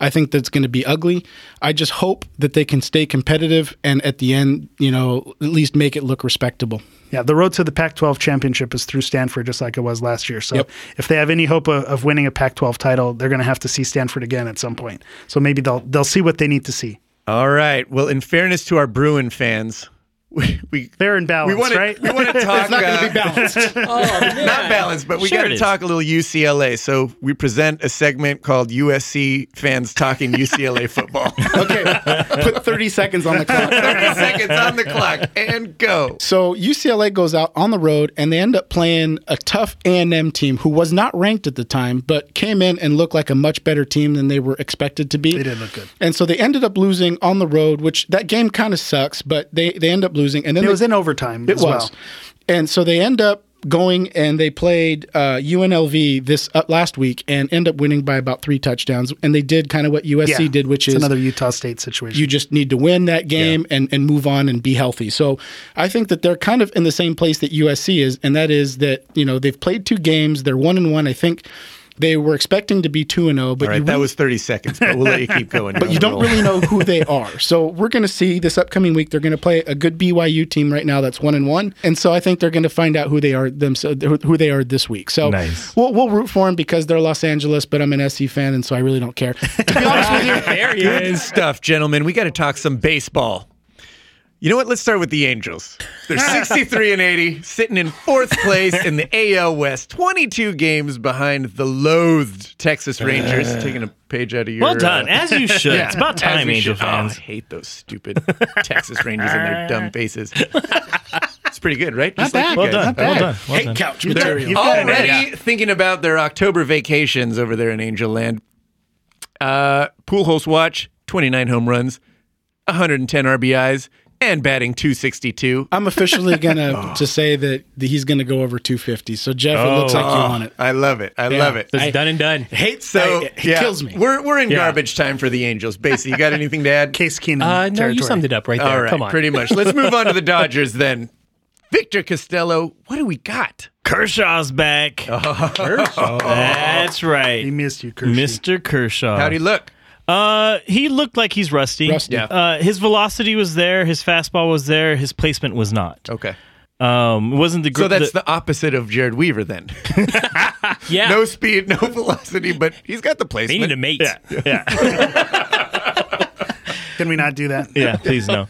S4: I think that's going to be ugly. I just hope that they can stay competitive and at the end, you know, at least make it look respectable.
S2: Yeah, the road to the Pac-12 championship is through Stanford, just like it was last year. So
S4: Yep.
S2: if they have any hope of, of winning a Pac-12 title, they're going to have to see Stanford again at some point. So maybe they'll they'll see what they need to see.
S1: All right. Well, in fairness to our Bruin fans, we we,
S2: Fair and balanced,
S1: we want
S2: right?
S1: we want to talk.
S4: It's not going to
S1: uh,
S4: be balanced.
S1: not balanced, but we
S3: Sure
S1: got
S3: it
S1: to
S3: is.
S1: talk a little UCLA. So we present a segment called USC fans talking UCLA football.
S4: okay, put 30 seconds on the clock.
S1: 30 seconds on the clock and go.
S4: So UCLA goes out on the road and they end up playing a tough A&M team who was not ranked at the time, but came in and looked like a much better team than they were expected to be. They
S2: did look good.
S4: and so they ended up losing on the road, which that game kind of sucks, but they they end up losing. And then
S2: It
S4: they-
S2: was in overtime.
S4: It
S2: as Well.
S4: was. And so they end up going and they played uh, UNLV this uh, last week and end up winning by about three touchdowns. And they did kind of what USC
S2: Yeah.
S4: did, which
S2: it's
S4: is
S2: another Utah State situation.
S4: you just need to win that game and, and move on and be healthy. So I think that they're kind of in the same place that USC is, and that is that, you know, they've played two games, they're one and one. I think they were expecting to be two and oh, but
S1: All
S4: you
S1: right, that
S4: really-
S1: was 30 seconds, but we'll let you keep going.
S4: but you don't really know who they are. So we're going to see this upcoming week. They're going to play a good BYU team right now that's one and one, and so I think they're going to find out who they are themselves, who they are this week. So
S3: Nice.
S4: we'll, we'll root for them because they're Los Angeles, but I'm an SC fan, and so I really don't care. To be honest with you,
S5: There he
S1: Good
S5: is.
S1: stuff, gentlemen. We got to talk some baseball. You know what? Let's start with the Angels. They're 63 and 80, sitting in fourth place in the AL West, 22 games behind the loathed Texas Rangers. Taking a page out of your
S3: Well done,
S1: uh,
S3: as you should.
S1: Yeah,
S3: It's about
S1: as
S3: time,
S1: we
S3: Angel
S1: should. Oh,
S3: fans.
S1: I hate those stupid Texas Rangers and their dumb faces. it's pretty good, right? Just
S4: bad.
S1: you
S3: Well
S1: guys.
S3: done. Well done. Well done.
S4: couch
S1: They're
S4: material.
S1: already thinking about their October vacations over there in Angel Land. Uh, Pujols watch 29 home runs, 110 RBIs, and batting 262.
S4: I'm officially going to to say that he's going to go over 250. So Jeff, it looks like you want it.
S1: I love it. I love it.
S5: It's done and done.
S1: Hate so
S4: I- it kills me.
S1: We're we're in garbage time for the Angels. Basie, you got anything to add?
S2: Case Keenum.
S5: Uh, no, you
S2: territory.
S5: summed it up right there.
S1: All right,
S5: Come on.
S1: pretty much. Let's move on to the Dodgers then. Victor Costello, what do we got?
S3: Kershaw's back. That's
S2: He
S3: right.
S2: missed you, Kershaw.
S3: Mr. Kershaw.
S1: How'd he look?
S3: Uh, he looked like he's rusty.
S4: Rusty. Yeah.
S3: Uh, his velocity was there. His fastball was there. His placement was not.
S1: Okay.
S3: Um, it wasn't the gr-
S1: So that's the opposite of Jared Weaver then.
S5: Yeah.
S1: no speed, no velocity, but he's got the
S5: they need
S1: placement.
S5: a mate.
S3: yeah,
S2: Can we not do that?
S3: yeah. Please no.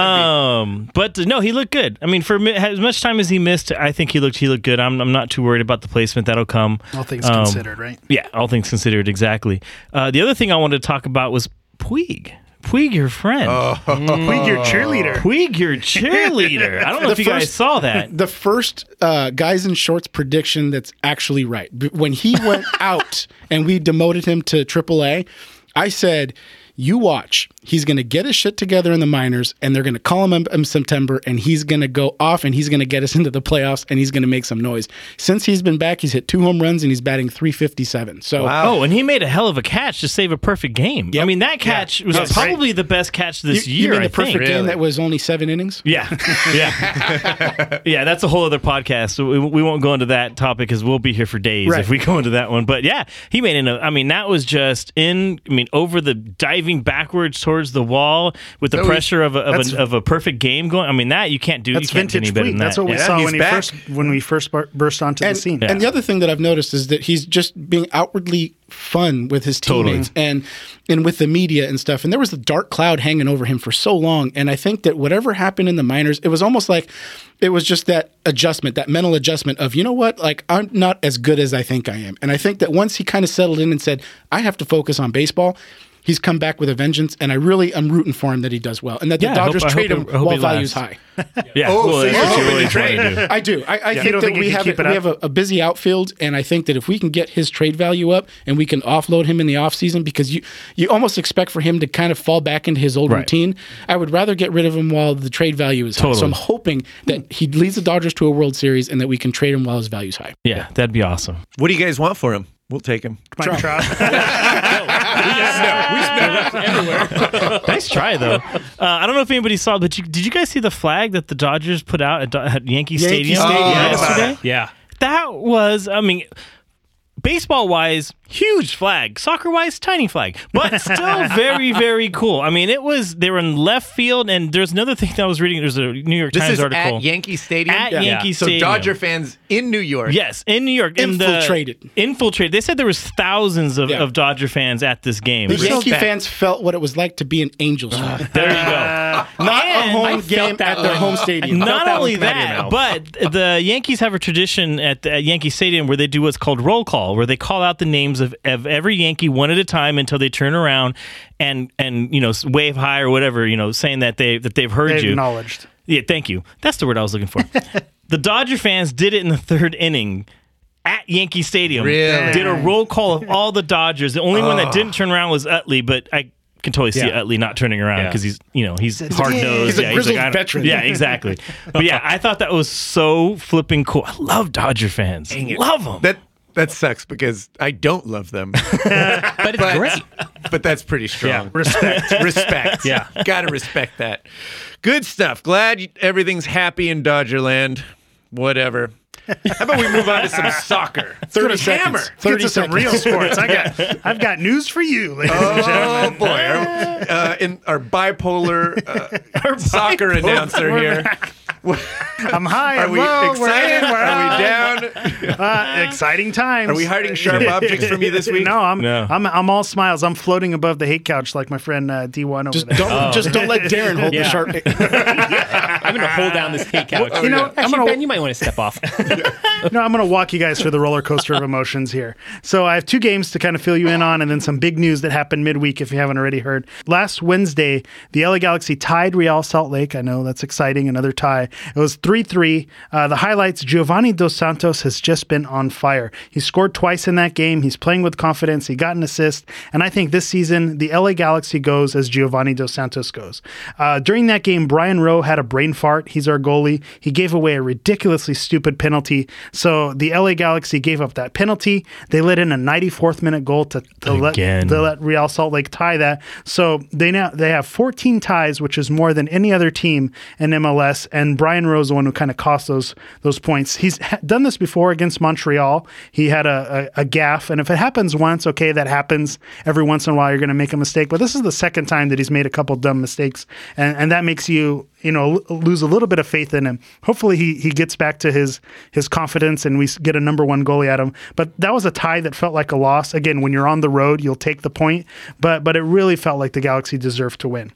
S3: Um, but uh, no, he looked good. I mean, for mi- as much time as he missed, I think he looked he looked good. I'm I'm not too worried about the placement. That'll come.
S2: All things
S3: Um,
S2: considered, right?
S3: Yeah, all things considered, exactly. Uh, the other thing I wanted to talk about was Puig. Puig, your friend.
S4: Oh.
S2: Puig,
S5: Oh.
S2: your cheerleader.
S3: Puig, your cheerleader. I don't know if you guys
S4: first-
S3: saw that.
S4: The first uh, guys in shorts prediction that's actually right. B- When he went out and we demoted him to AAA, I said, "You watch. He's going to get his shit together in the minors, and they're going to call him up in September, and he's going to go off, and he's going to get us into the playoffs, and he's going to make some noise." Since he's been back, he's hit two home runs, and he's batting 357. So
S3: Oh, and he made a hell of a catch to save a perfect game. I mean, that catch was
S2: That's
S3: probably the best catch this
S4: you,
S3: year.
S4: you mean
S3: I
S4: the perfect
S3: think.
S4: game that was only seven innings?
S3: Yeah, yeah, yeah. That's a whole other podcast. So we, we won't go into that topic because we'll be here for days
S4: Right.
S3: if we go into that one. But yeah, he made it. a- I mean, that was just in. I mean, over the diving backwards towards the wall with the
S1: So he-
S3: pressure of a, of,
S2: that's-
S3: a, of a perfect game going. I mean, that you can't do.
S2: That's
S3: you can't do any
S2: vintage
S3: better than
S2: Puig. That's
S3: that.
S2: what we
S3: Yeah.
S2: saw
S1: he's
S2: when he
S1: back.
S2: first when we first bur- burst onto
S4: and,
S2: the scene.
S4: and the other thing that I've noticed is that he's just being outwardly fun with his teammates and and with the media and stuff. And there was a dark cloud hanging over him for so long. And I think that whatever happened in the minors, it was almost like it was just that adjustment, that mental adjustment of you know what, like I'm not as good as I think I am. And I think that once he kind of settled in and said, I have to focus on baseball. He's come back with a vengeance, and I really am rooting for him that he does well, and that
S3: Yeah, I
S4: the Dodgers
S3: hope- I
S4: trade
S3: hope
S4: him
S3: it- I hope
S4: while
S3: he
S4: value's
S3: lasts.
S4: high.
S3: Yeah.
S1: Oh,
S3: Well,
S1: so
S3: that's
S1: you're
S3: what you
S1: hoping
S3: always
S1: to
S3: wanna
S1: trade.
S3: do.
S4: I do. I, I
S2: You
S4: think
S2: don't
S4: that
S2: think he
S4: we
S2: can
S4: have
S2: keep it
S4: we
S2: up?
S4: have a, a busy outfield, and I think that if we can get his trade value up and we can offload him in the offseason because you you almost expect for him to kind of fall back into his old
S3: Right.
S4: routine. I would rather get rid of him while the trade value is high. So
S3: Totally.
S4: I'm hoping that he leads the Dodgers to a World Series and that we can trade him while his value's high.
S3: Yeah, that'd be awesome.
S1: What do you guys want for him? We'll take him.
S2: Mike Trout.
S3: nice try though. Uh, I don't know if anybody saw, but you, did you guys see the flag that the Dodgers put out at, Do- at Yankee, Stadium,
S4: Stadium.
S1: Oh.
S3: yesterday?
S5: Yeah.
S3: That was, I mean, baseball wise, huge flag. Soccer wise, tiny flag, but still very, very cool. I mean, it was they were in left field, and there's another thing that I was reading. There's a New York
S1: This
S3: Times
S1: is
S3: article
S1: at Yankee Stadium.
S3: At Yeah. Yankee
S1: so
S3: Stadium.
S1: Dodger fans in New York.
S3: Yes, in New York, in the-
S4: Infiltrated.
S3: infiltrated. They said there was thousands of,
S4: Yeah.
S3: of Dodger fans at this game.
S4: The Yankee
S1: Respect.
S4: fans felt what it was like to be an Angels fan.
S3: there you go.
S4: Not a
S3: and I
S4: home
S3: felt
S4: game
S5: that
S4: at their
S5: one.
S4: home stadium.
S3: Not
S5: that
S3: only
S5: one come out of your
S3: that, but the Yankees have a tradition at, at Yankee Stadium where they do what's called roll call, where they call out the names of, of every Yankee one at a time until they turn around and and you know s- wave high or whatever, you know, saying that they that they've heard
S2: They
S3: you.
S2: acknowledged.
S3: Yeah, thank you. That's the word I was looking for. the Dodger fans did it in the third inning at Yankee Stadium.
S1: Really?
S3: Did a roll call of all the Dodgers. The only one that didn't turn around was Utley, but I can totally see
S5: Yeah.
S3: Utley not turning around
S5: Yeah.
S3: because he's you know he's hard nosed.
S4: He's a grizzled
S3: I don't-
S4: veteran.
S3: Yeah, exactly. but yeah, I thought that was so flipping cool. I love Dodger fans. Love them.
S1: That that sucks because I don't love them.
S5: But it's
S1: But,
S5: great.
S1: but that's pretty strong.
S2: Respect.
S1: respect.
S5: Yeah.
S1: Gotta respect that. Good stuff. Glad you- everything's happy in Dodgerland. Whatever. How about we move on to some soccer?
S4: 30
S1: Let's go to
S4: seconds.
S1: Hammer.
S2: Let's get
S4: 30
S2: to some real sports. I got, I've got news for you, ladies and gentlemen.
S1: Oh boy, our, uh, in our bipolar uh, soccer announcer here.
S2: I'm high.
S1: Are
S2: I'm
S1: we
S2: low,
S1: excited?
S2: We're in, we're
S1: Are
S2: out.
S1: we down?
S2: Uh, exciting times.
S1: Are we hiding sharp objects from you this week?
S2: No, I'm,
S3: No.
S2: I'm I'm all smiles. I'm floating above the hate couch like my friend uh, D1 over
S4: Just
S2: there.
S4: don't, just don't let Darren hold the
S5: Yeah.
S4: sharp.
S5: I'm going to hold down this cake couch.
S2: you know, I'm
S5: Actually,
S2: gonna-
S5: Ben, you might want to step off.
S2: No, I'm going to walk you guys through the roller coaster of emotions here. So I have two games to kind of fill you in on, and then some big news that happened midweek if you haven't already heard. Last Wednesday, the LA Galaxy tied Real Salt Lake. I know that's exciting, another tie. It was 3 3. Uh, the highlights Giovanni Dos Santos has just been on fire. He scored twice in that game. He's playing with confidence. He got an assist. And I think this season, the LA Galaxy goes as Giovanni Dos Santos goes. Uh, during that game, Brian Rowe had a brain fart. He's our goalie. He gave away a ridiculously stupid penalty. So the LA Galaxy gave up that penalty. They let in a 94th minute goal to, to, let,
S3: Again.
S2: to let Real Salt Lake tie that. So they now they have 14 ties, which is more than any other team in MLS. And Brian Rowe's the one who kind of cost those those points. He's ha- done this before against Montreal. He had a, a, a gaff, and if it happens once, okay, that happens every once in a while. You're going to make a mistake, but this is the second time that he's made a couple dumb mistakes, and, and that makes you you know l- lose a little bit of faith in him. Hopefully he he gets back to his his confidence and we s- get a number one goalie at him. But that was a tie that felt like a loss. Again, when you're on the road, you'll take the point, but but it really felt like the Galaxy deserved to win.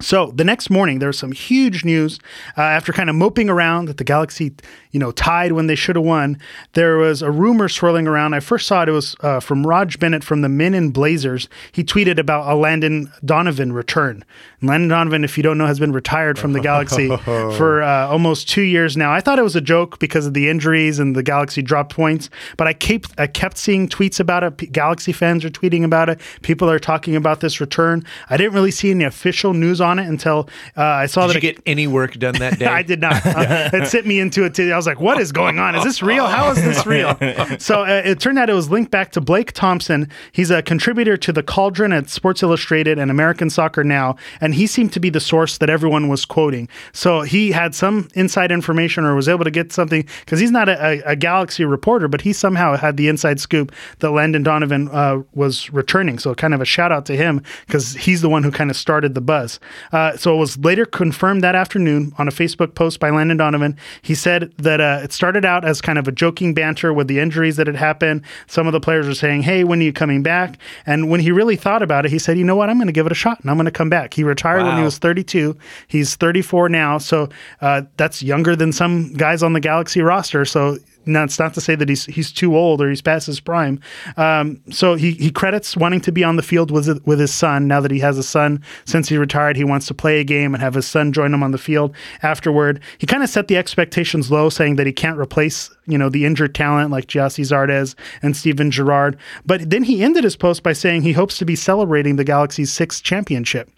S2: So the next morning, there was some huge news. Uh, after kind of moping around that the Galaxy, you know, tied when they should have won, there was a rumor swirling around. I first saw it. It was uh, from Raj Bennett from the Men in Blazers. He tweeted about a Landon Donovan return. And Landon Donovan, if you don't know, has been retired from the Galaxy for uh, almost two years now. I thought it was a joke because of the injuries and the Galaxy dropped points, but I kept I kept seeing tweets about it. P- Galaxy fans are tweeting about it. People are talking about this return. I didn't really see any official news on it until uh, I
S1: Did
S2: saw that
S1: you
S2: it-
S1: get any work done that day?
S2: I did not. Uh, it sent me into it. Today. I was like, "What is going on? Is this real? How is this real?" So uh, it turned out it was linked back to Blake Thompson. He's a contributor to the Cauldron at Sports Illustrated and American Soccer Now, and he seemed to be the source that everyone was quoting. So he had some inside information or was able to get something because he's not a, a, a Galaxy reporter, but he somehow had the inside scoop that Landon Donovan uh, was returning. So kind of a shout out to him because he's the one who kind of started the buzz. Uh, so it was later confirmed that afternoon on a Facebook post by Landon Donovan. He said that uh, it started out as kind of a joking banter with the injuries that had happened. Some of the players were saying, "Hey, when are you coming back?" And when he really thought about it, he said, "You know what? I'm going to give it a shot and I'm going to come back." He retired when he
S1: Wow.
S2: was 32. He's 34 now, so uh, that's younger than some guys on the Galaxy roster. So now it's not to say that he's he's too old or he's past his prime. Um, so he, he credits wanting to be on the field with with his son. Now that he has a son, since he retired, he wants to play a game and have his son join him on the field afterward. He kind of set the expectations low, saying that he can't replace you know the injured talent like Giassi Zardes and Steven Gerrard. But then he ended his post by saying he hopes to be celebrating the Galaxy's sixth championship.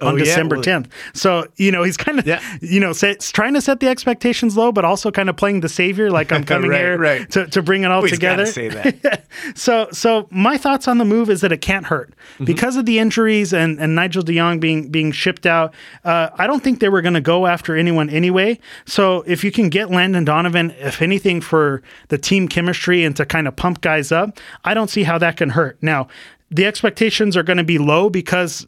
S2: on
S1: Oh, yeah,
S2: December
S1: well-
S2: 10th. So, you know, he's kind of,
S1: Yeah.
S2: you know, say, trying to set the expectations low, but also kind of playing the savior, like I'm coming
S1: Right,
S2: here
S1: right.
S2: To, to bring it all
S1: Always
S2: together.
S1: gotta say that.
S2: So, so my thoughts on the move is that it can't hurt
S3: Mm-hmm.
S2: because of the injuries and, and Nigel De Jong being being shipped out. Uh, I don't think they were going to go after anyone anyway. So, if you can get Landon Donovan, if anything, for the team chemistry and to kind of pump guys up, I don't see how that can hurt. Now, the expectations are going to be low because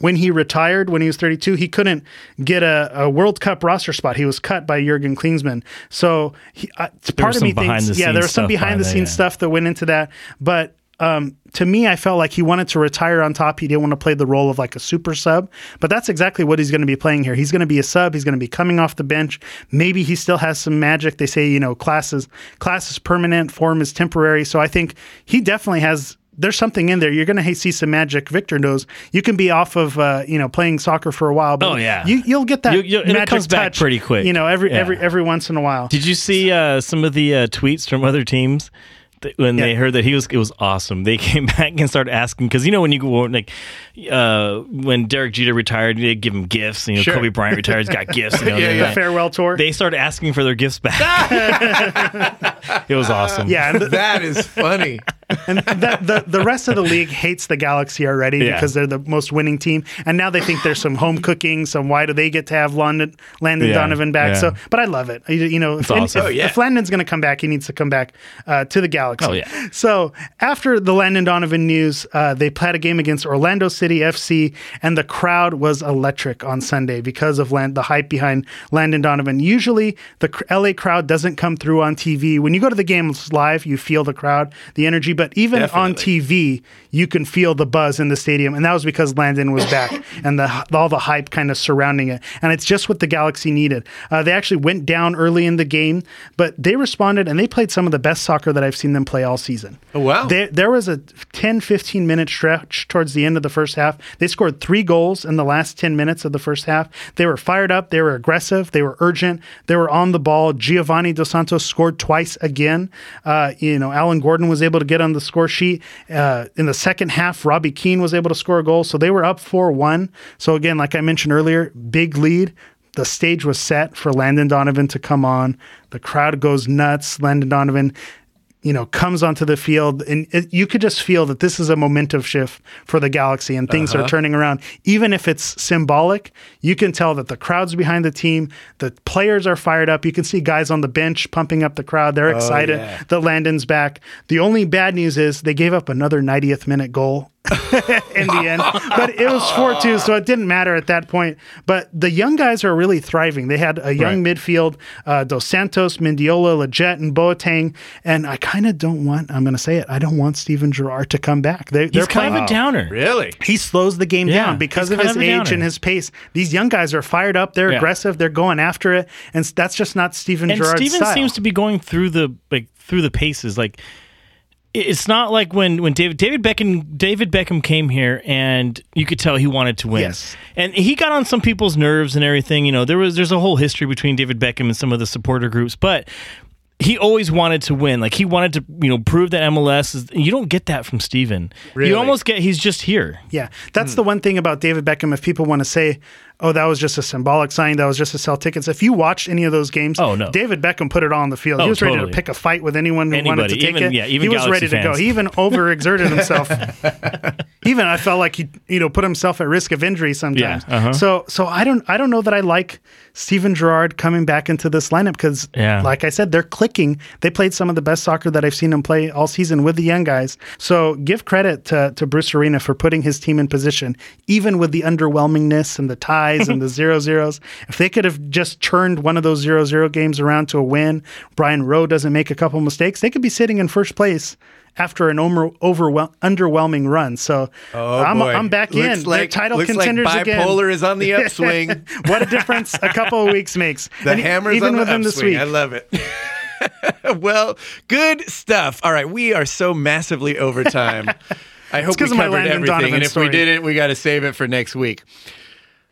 S2: when he retired when he was 32 he couldn't get a, a world cup roster spot he was cut by jürgen klinsmann so he, uh, part of
S3: was
S2: me
S3: some behind
S2: thinks
S3: the
S2: yeah there
S3: scenes
S2: was some
S3: stuff
S2: behind the
S3: behind that,
S2: scenes
S3: yeah.
S2: stuff that went into that but um, to me i felt like he wanted to retire on top he didn't want to play the role of like a super sub but that's exactly what he's going to be playing here he's going to be a sub he's going to be coming off the bench maybe he still has some magic they say you know classes class is permanent form is temporary so i think he definitely has there's something in there. You're going to see some magic. Victor knows you can be off of uh, you know playing soccer for a while, but
S3: Oh, yeah.
S2: you, you'll get that
S3: You- you- it
S2: magic
S3: comes back
S2: touch,
S3: pretty quick.
S2: You know, every
S3: Yeah.
S2: every every once in a while.
S3: Did you see uh, some of the uh, tweets from other teams that when they heard that he was? It was awesome. They came back and started asking because you know when you go like uh, when Derek Jeter retired, they give him gifts. You know,
S1: Sure.
S3: Kobe Bryant retired, he's got gifts. You know,
S1: Yeah,
S3: they-
S1: yeah.
S2: Farewell tour.
S3: They started asking for their gifts back. it was awesome.
S2: yeah, and, the,
S1: that is funny.
S2: and the, the the rest of the league hates the Galaxy already
S3: Yeah.
S2: because they're the most winning team, and now they think there's some home cooking. Some why do they get to have London Landon
S3: Yeah,
S2: Donovan back?
S3: yeah.
S2: So, but I love it. You, you know, if, any-
S3: awesome.
S2: if,
S3: Oh,
S1: yeah.
S2: if Landon's going to come back, he needs to come back uh, to the Galaxy.
S3: Oh, yeah.
S2: So after the Landon Donovan news, uh, they played a game against Orlando City FC, and the crowd was electric on Sunday because of Land- the hype behind Landon Donovan. Usually, the cr- LA crowd doesn't come through on TV. When you go to the games live, you feel the crowd, the energy, but even on TV, you can feel the buzz in the stadium, and that was because Landon was back and the all the hype kind of surrounding it, and it's just what the Galaxy needed. Uh, they actually went down early in the game, but they responded and they played some of the best soccer that I've seen them play all season.
S1: Oh, wow.
S2: There, there was a 10, 15 minute stretch towards the end of the first half. They scored three goals in the last 10 minutes of the first half. They were fired up. They were aggressive. They were urgent. They were on the ball. Giovanni Dos Santos scored twice again. Uh, you know, Alan Gordon was able to get on the score sheet. Uh, in the second half, Robbie Keane was able to score a goal. So they were up 4 1. So again, like I mentioned earlier, big lead the stage was set for Landon Donovan to come on. The crowd goes nuts. Landon Donovan, you know, comes onto the field, and it, you could just feel that this is a momentum shift for the Galaxy, and things are turning around. Even if it's symbolic, you can tell that the crowd's behind the team. The players are fired up. You can see guys on the bench pumping up the crowd. They're excited
S1: yeah.
S2: that Landon's back. The only bad news is they gave up another 90th minute goal in the end. But it was 4 2, so it didn't matter at that point. But the young guys are really thriving. They had a young midfield, uh, Dos Santos, Mendiola, Leggett, and Boateng. And I kind of don't want, I'm going to say it, I don't want Steven Gerrard to come back. They, they're
S3: he's kind
S2: playing.
S3: of a downer.
S1: Really?
S2: He slows the game
S3: Yeah,
S2: down because
S3: he's
S2: of
S3: kind
S2: his
S3: of a
S2: age
S3: downer.
S2: and his pace. These young guys are fired up. They're
S3: Yeah.
S2: aggressive. They're going after it, and s- that's just not Steven
S3: and
S2: Gerrard's
S3: Steven
S2: style.
S3: seems to be going through the like through the paces. Like it- it's not like when when David David Beckham David Beckham came here and you could tell he wanted to win.
S2: Yes.
S3: And he got on some people's nerves and everything. You know, there was there's a whole history between David Beckham and some of the supporter groups, but he always wanted to win. Like he wanted to, you know, prove that MLS is you don't get that from Steven. You almost get he's just here.
S2: Yeah, that's the one thing about David Beckham. If people want to say, "Oh, that was just a symbolic sign," that was just to sell tickets. If you watched any of those games,
S3: Oh, no.
S2: David Beckham put it all on the field.
S3: Oh,
S2: he was ready to
S3: totally.
S2: pick a fight with anyone who wanted
S3: Anybody,
S2: to take
S3: even-
S2: it.
S3: yeah, even
S2: he was
S3: Galaxy
S2: ready to go.
S3: fans.
S2: He even overexerted himself. even I felt like he, you know, put himself at risk of injury sometimes.
S3: Yeah, uh-huh.
S2: So, so I don't, I don't know that I like Steven Gerrard coming back into this lineup because,
S3: Yeah.
S2: like I said, they're clicking. They played some of the best soccer that I've seen them play all season with the young guys. So give credit to, to Bruce Arena for putting his team in position, even with the underwhelmingness and the ties and the zero zeros. If they could have just turned one of those zero zero games around to a win, Brian Rowe doesn't make a couple mistakes, they could be sitting in first place. After an over, overwhel- underwhelming run, so I'm,
S1: Oh, boy.
S2: I'm back
S1: Looks
S2: in.
S1: Like,
S2: They're title
S1: looks
S2: contenders
S1: like
S2: again.
S1: bipolar is on the upswing.
S2: what a difference a couple of weeks makes.
S1: The
S2: And e-
S1: hammer's
S2: even
S1: on
S2: with
S1: the
S2: them
S1: upswing.
S2: this week.
S1: I love it. well, good stuff. All right, we are so massively over time. I hope we
S2: 'cause of my
S1: covered
S2: Landon
S1: everything,
S2: Donovan
S1: and if
S2: story.
S1: we didn't, we got to save it for next week.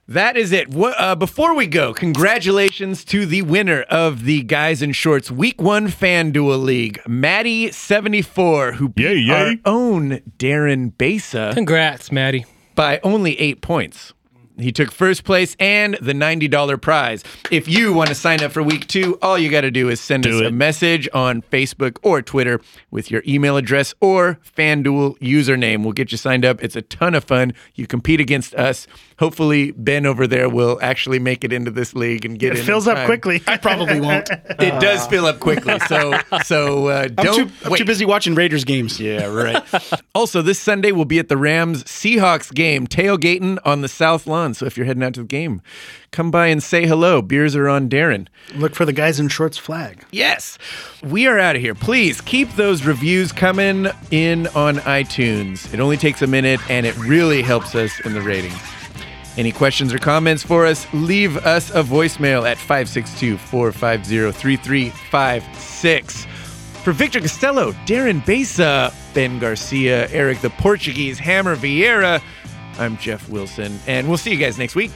S1: That is it. What, uh, before we go, congratulations to the winner of the Guys in Shorts Week One FanDuel League, Maddie74, who beat
S3: Yay, yay.
S1: our own Darren Besa
S5: Congrats, Maddie.
S1: by only eight points. He took first place and the $90 prize. If you want to sign up for week two, all you got to do is send us a message on Facebook or Twitter with your email address or FanDuel username. We'll get you signed up. It's a ton of fun. You compete against us. Hopefully, Ben over there will actually make it into this league and get
S2: It
S1: in
S2: fills
S1: in
S2: up
S1: time.
S2: quickly.
S4: I probably won't.
S1: It does fill up quickly. So, so uh,
S4: Uh. I'm,
S1: don't
S4: too, I'm
S1: wait.
S4: too busy watching Raiders games.
S1: Yeah, right. also, this Sunday we'll be at the Rams Seahawks game, tailgating on the South Lawn. So if you're heading out to the game, come by and say hello. Beers are on Darren.
S2: Look for the guys in shorts flag.
S1: Yes, we are out of here. Please keep those reviews coming in on iTunes. It only takes a minute and it really helps us in the ratings. Any questions or comments for us? Leave us a voicemail at 562 450 3356. For Victor Costello, Darren Besa, Ben Garcia, Eric the Portuguese, Hammer Vieira, I'm Jeff Wilson, and we'll see you guys next week.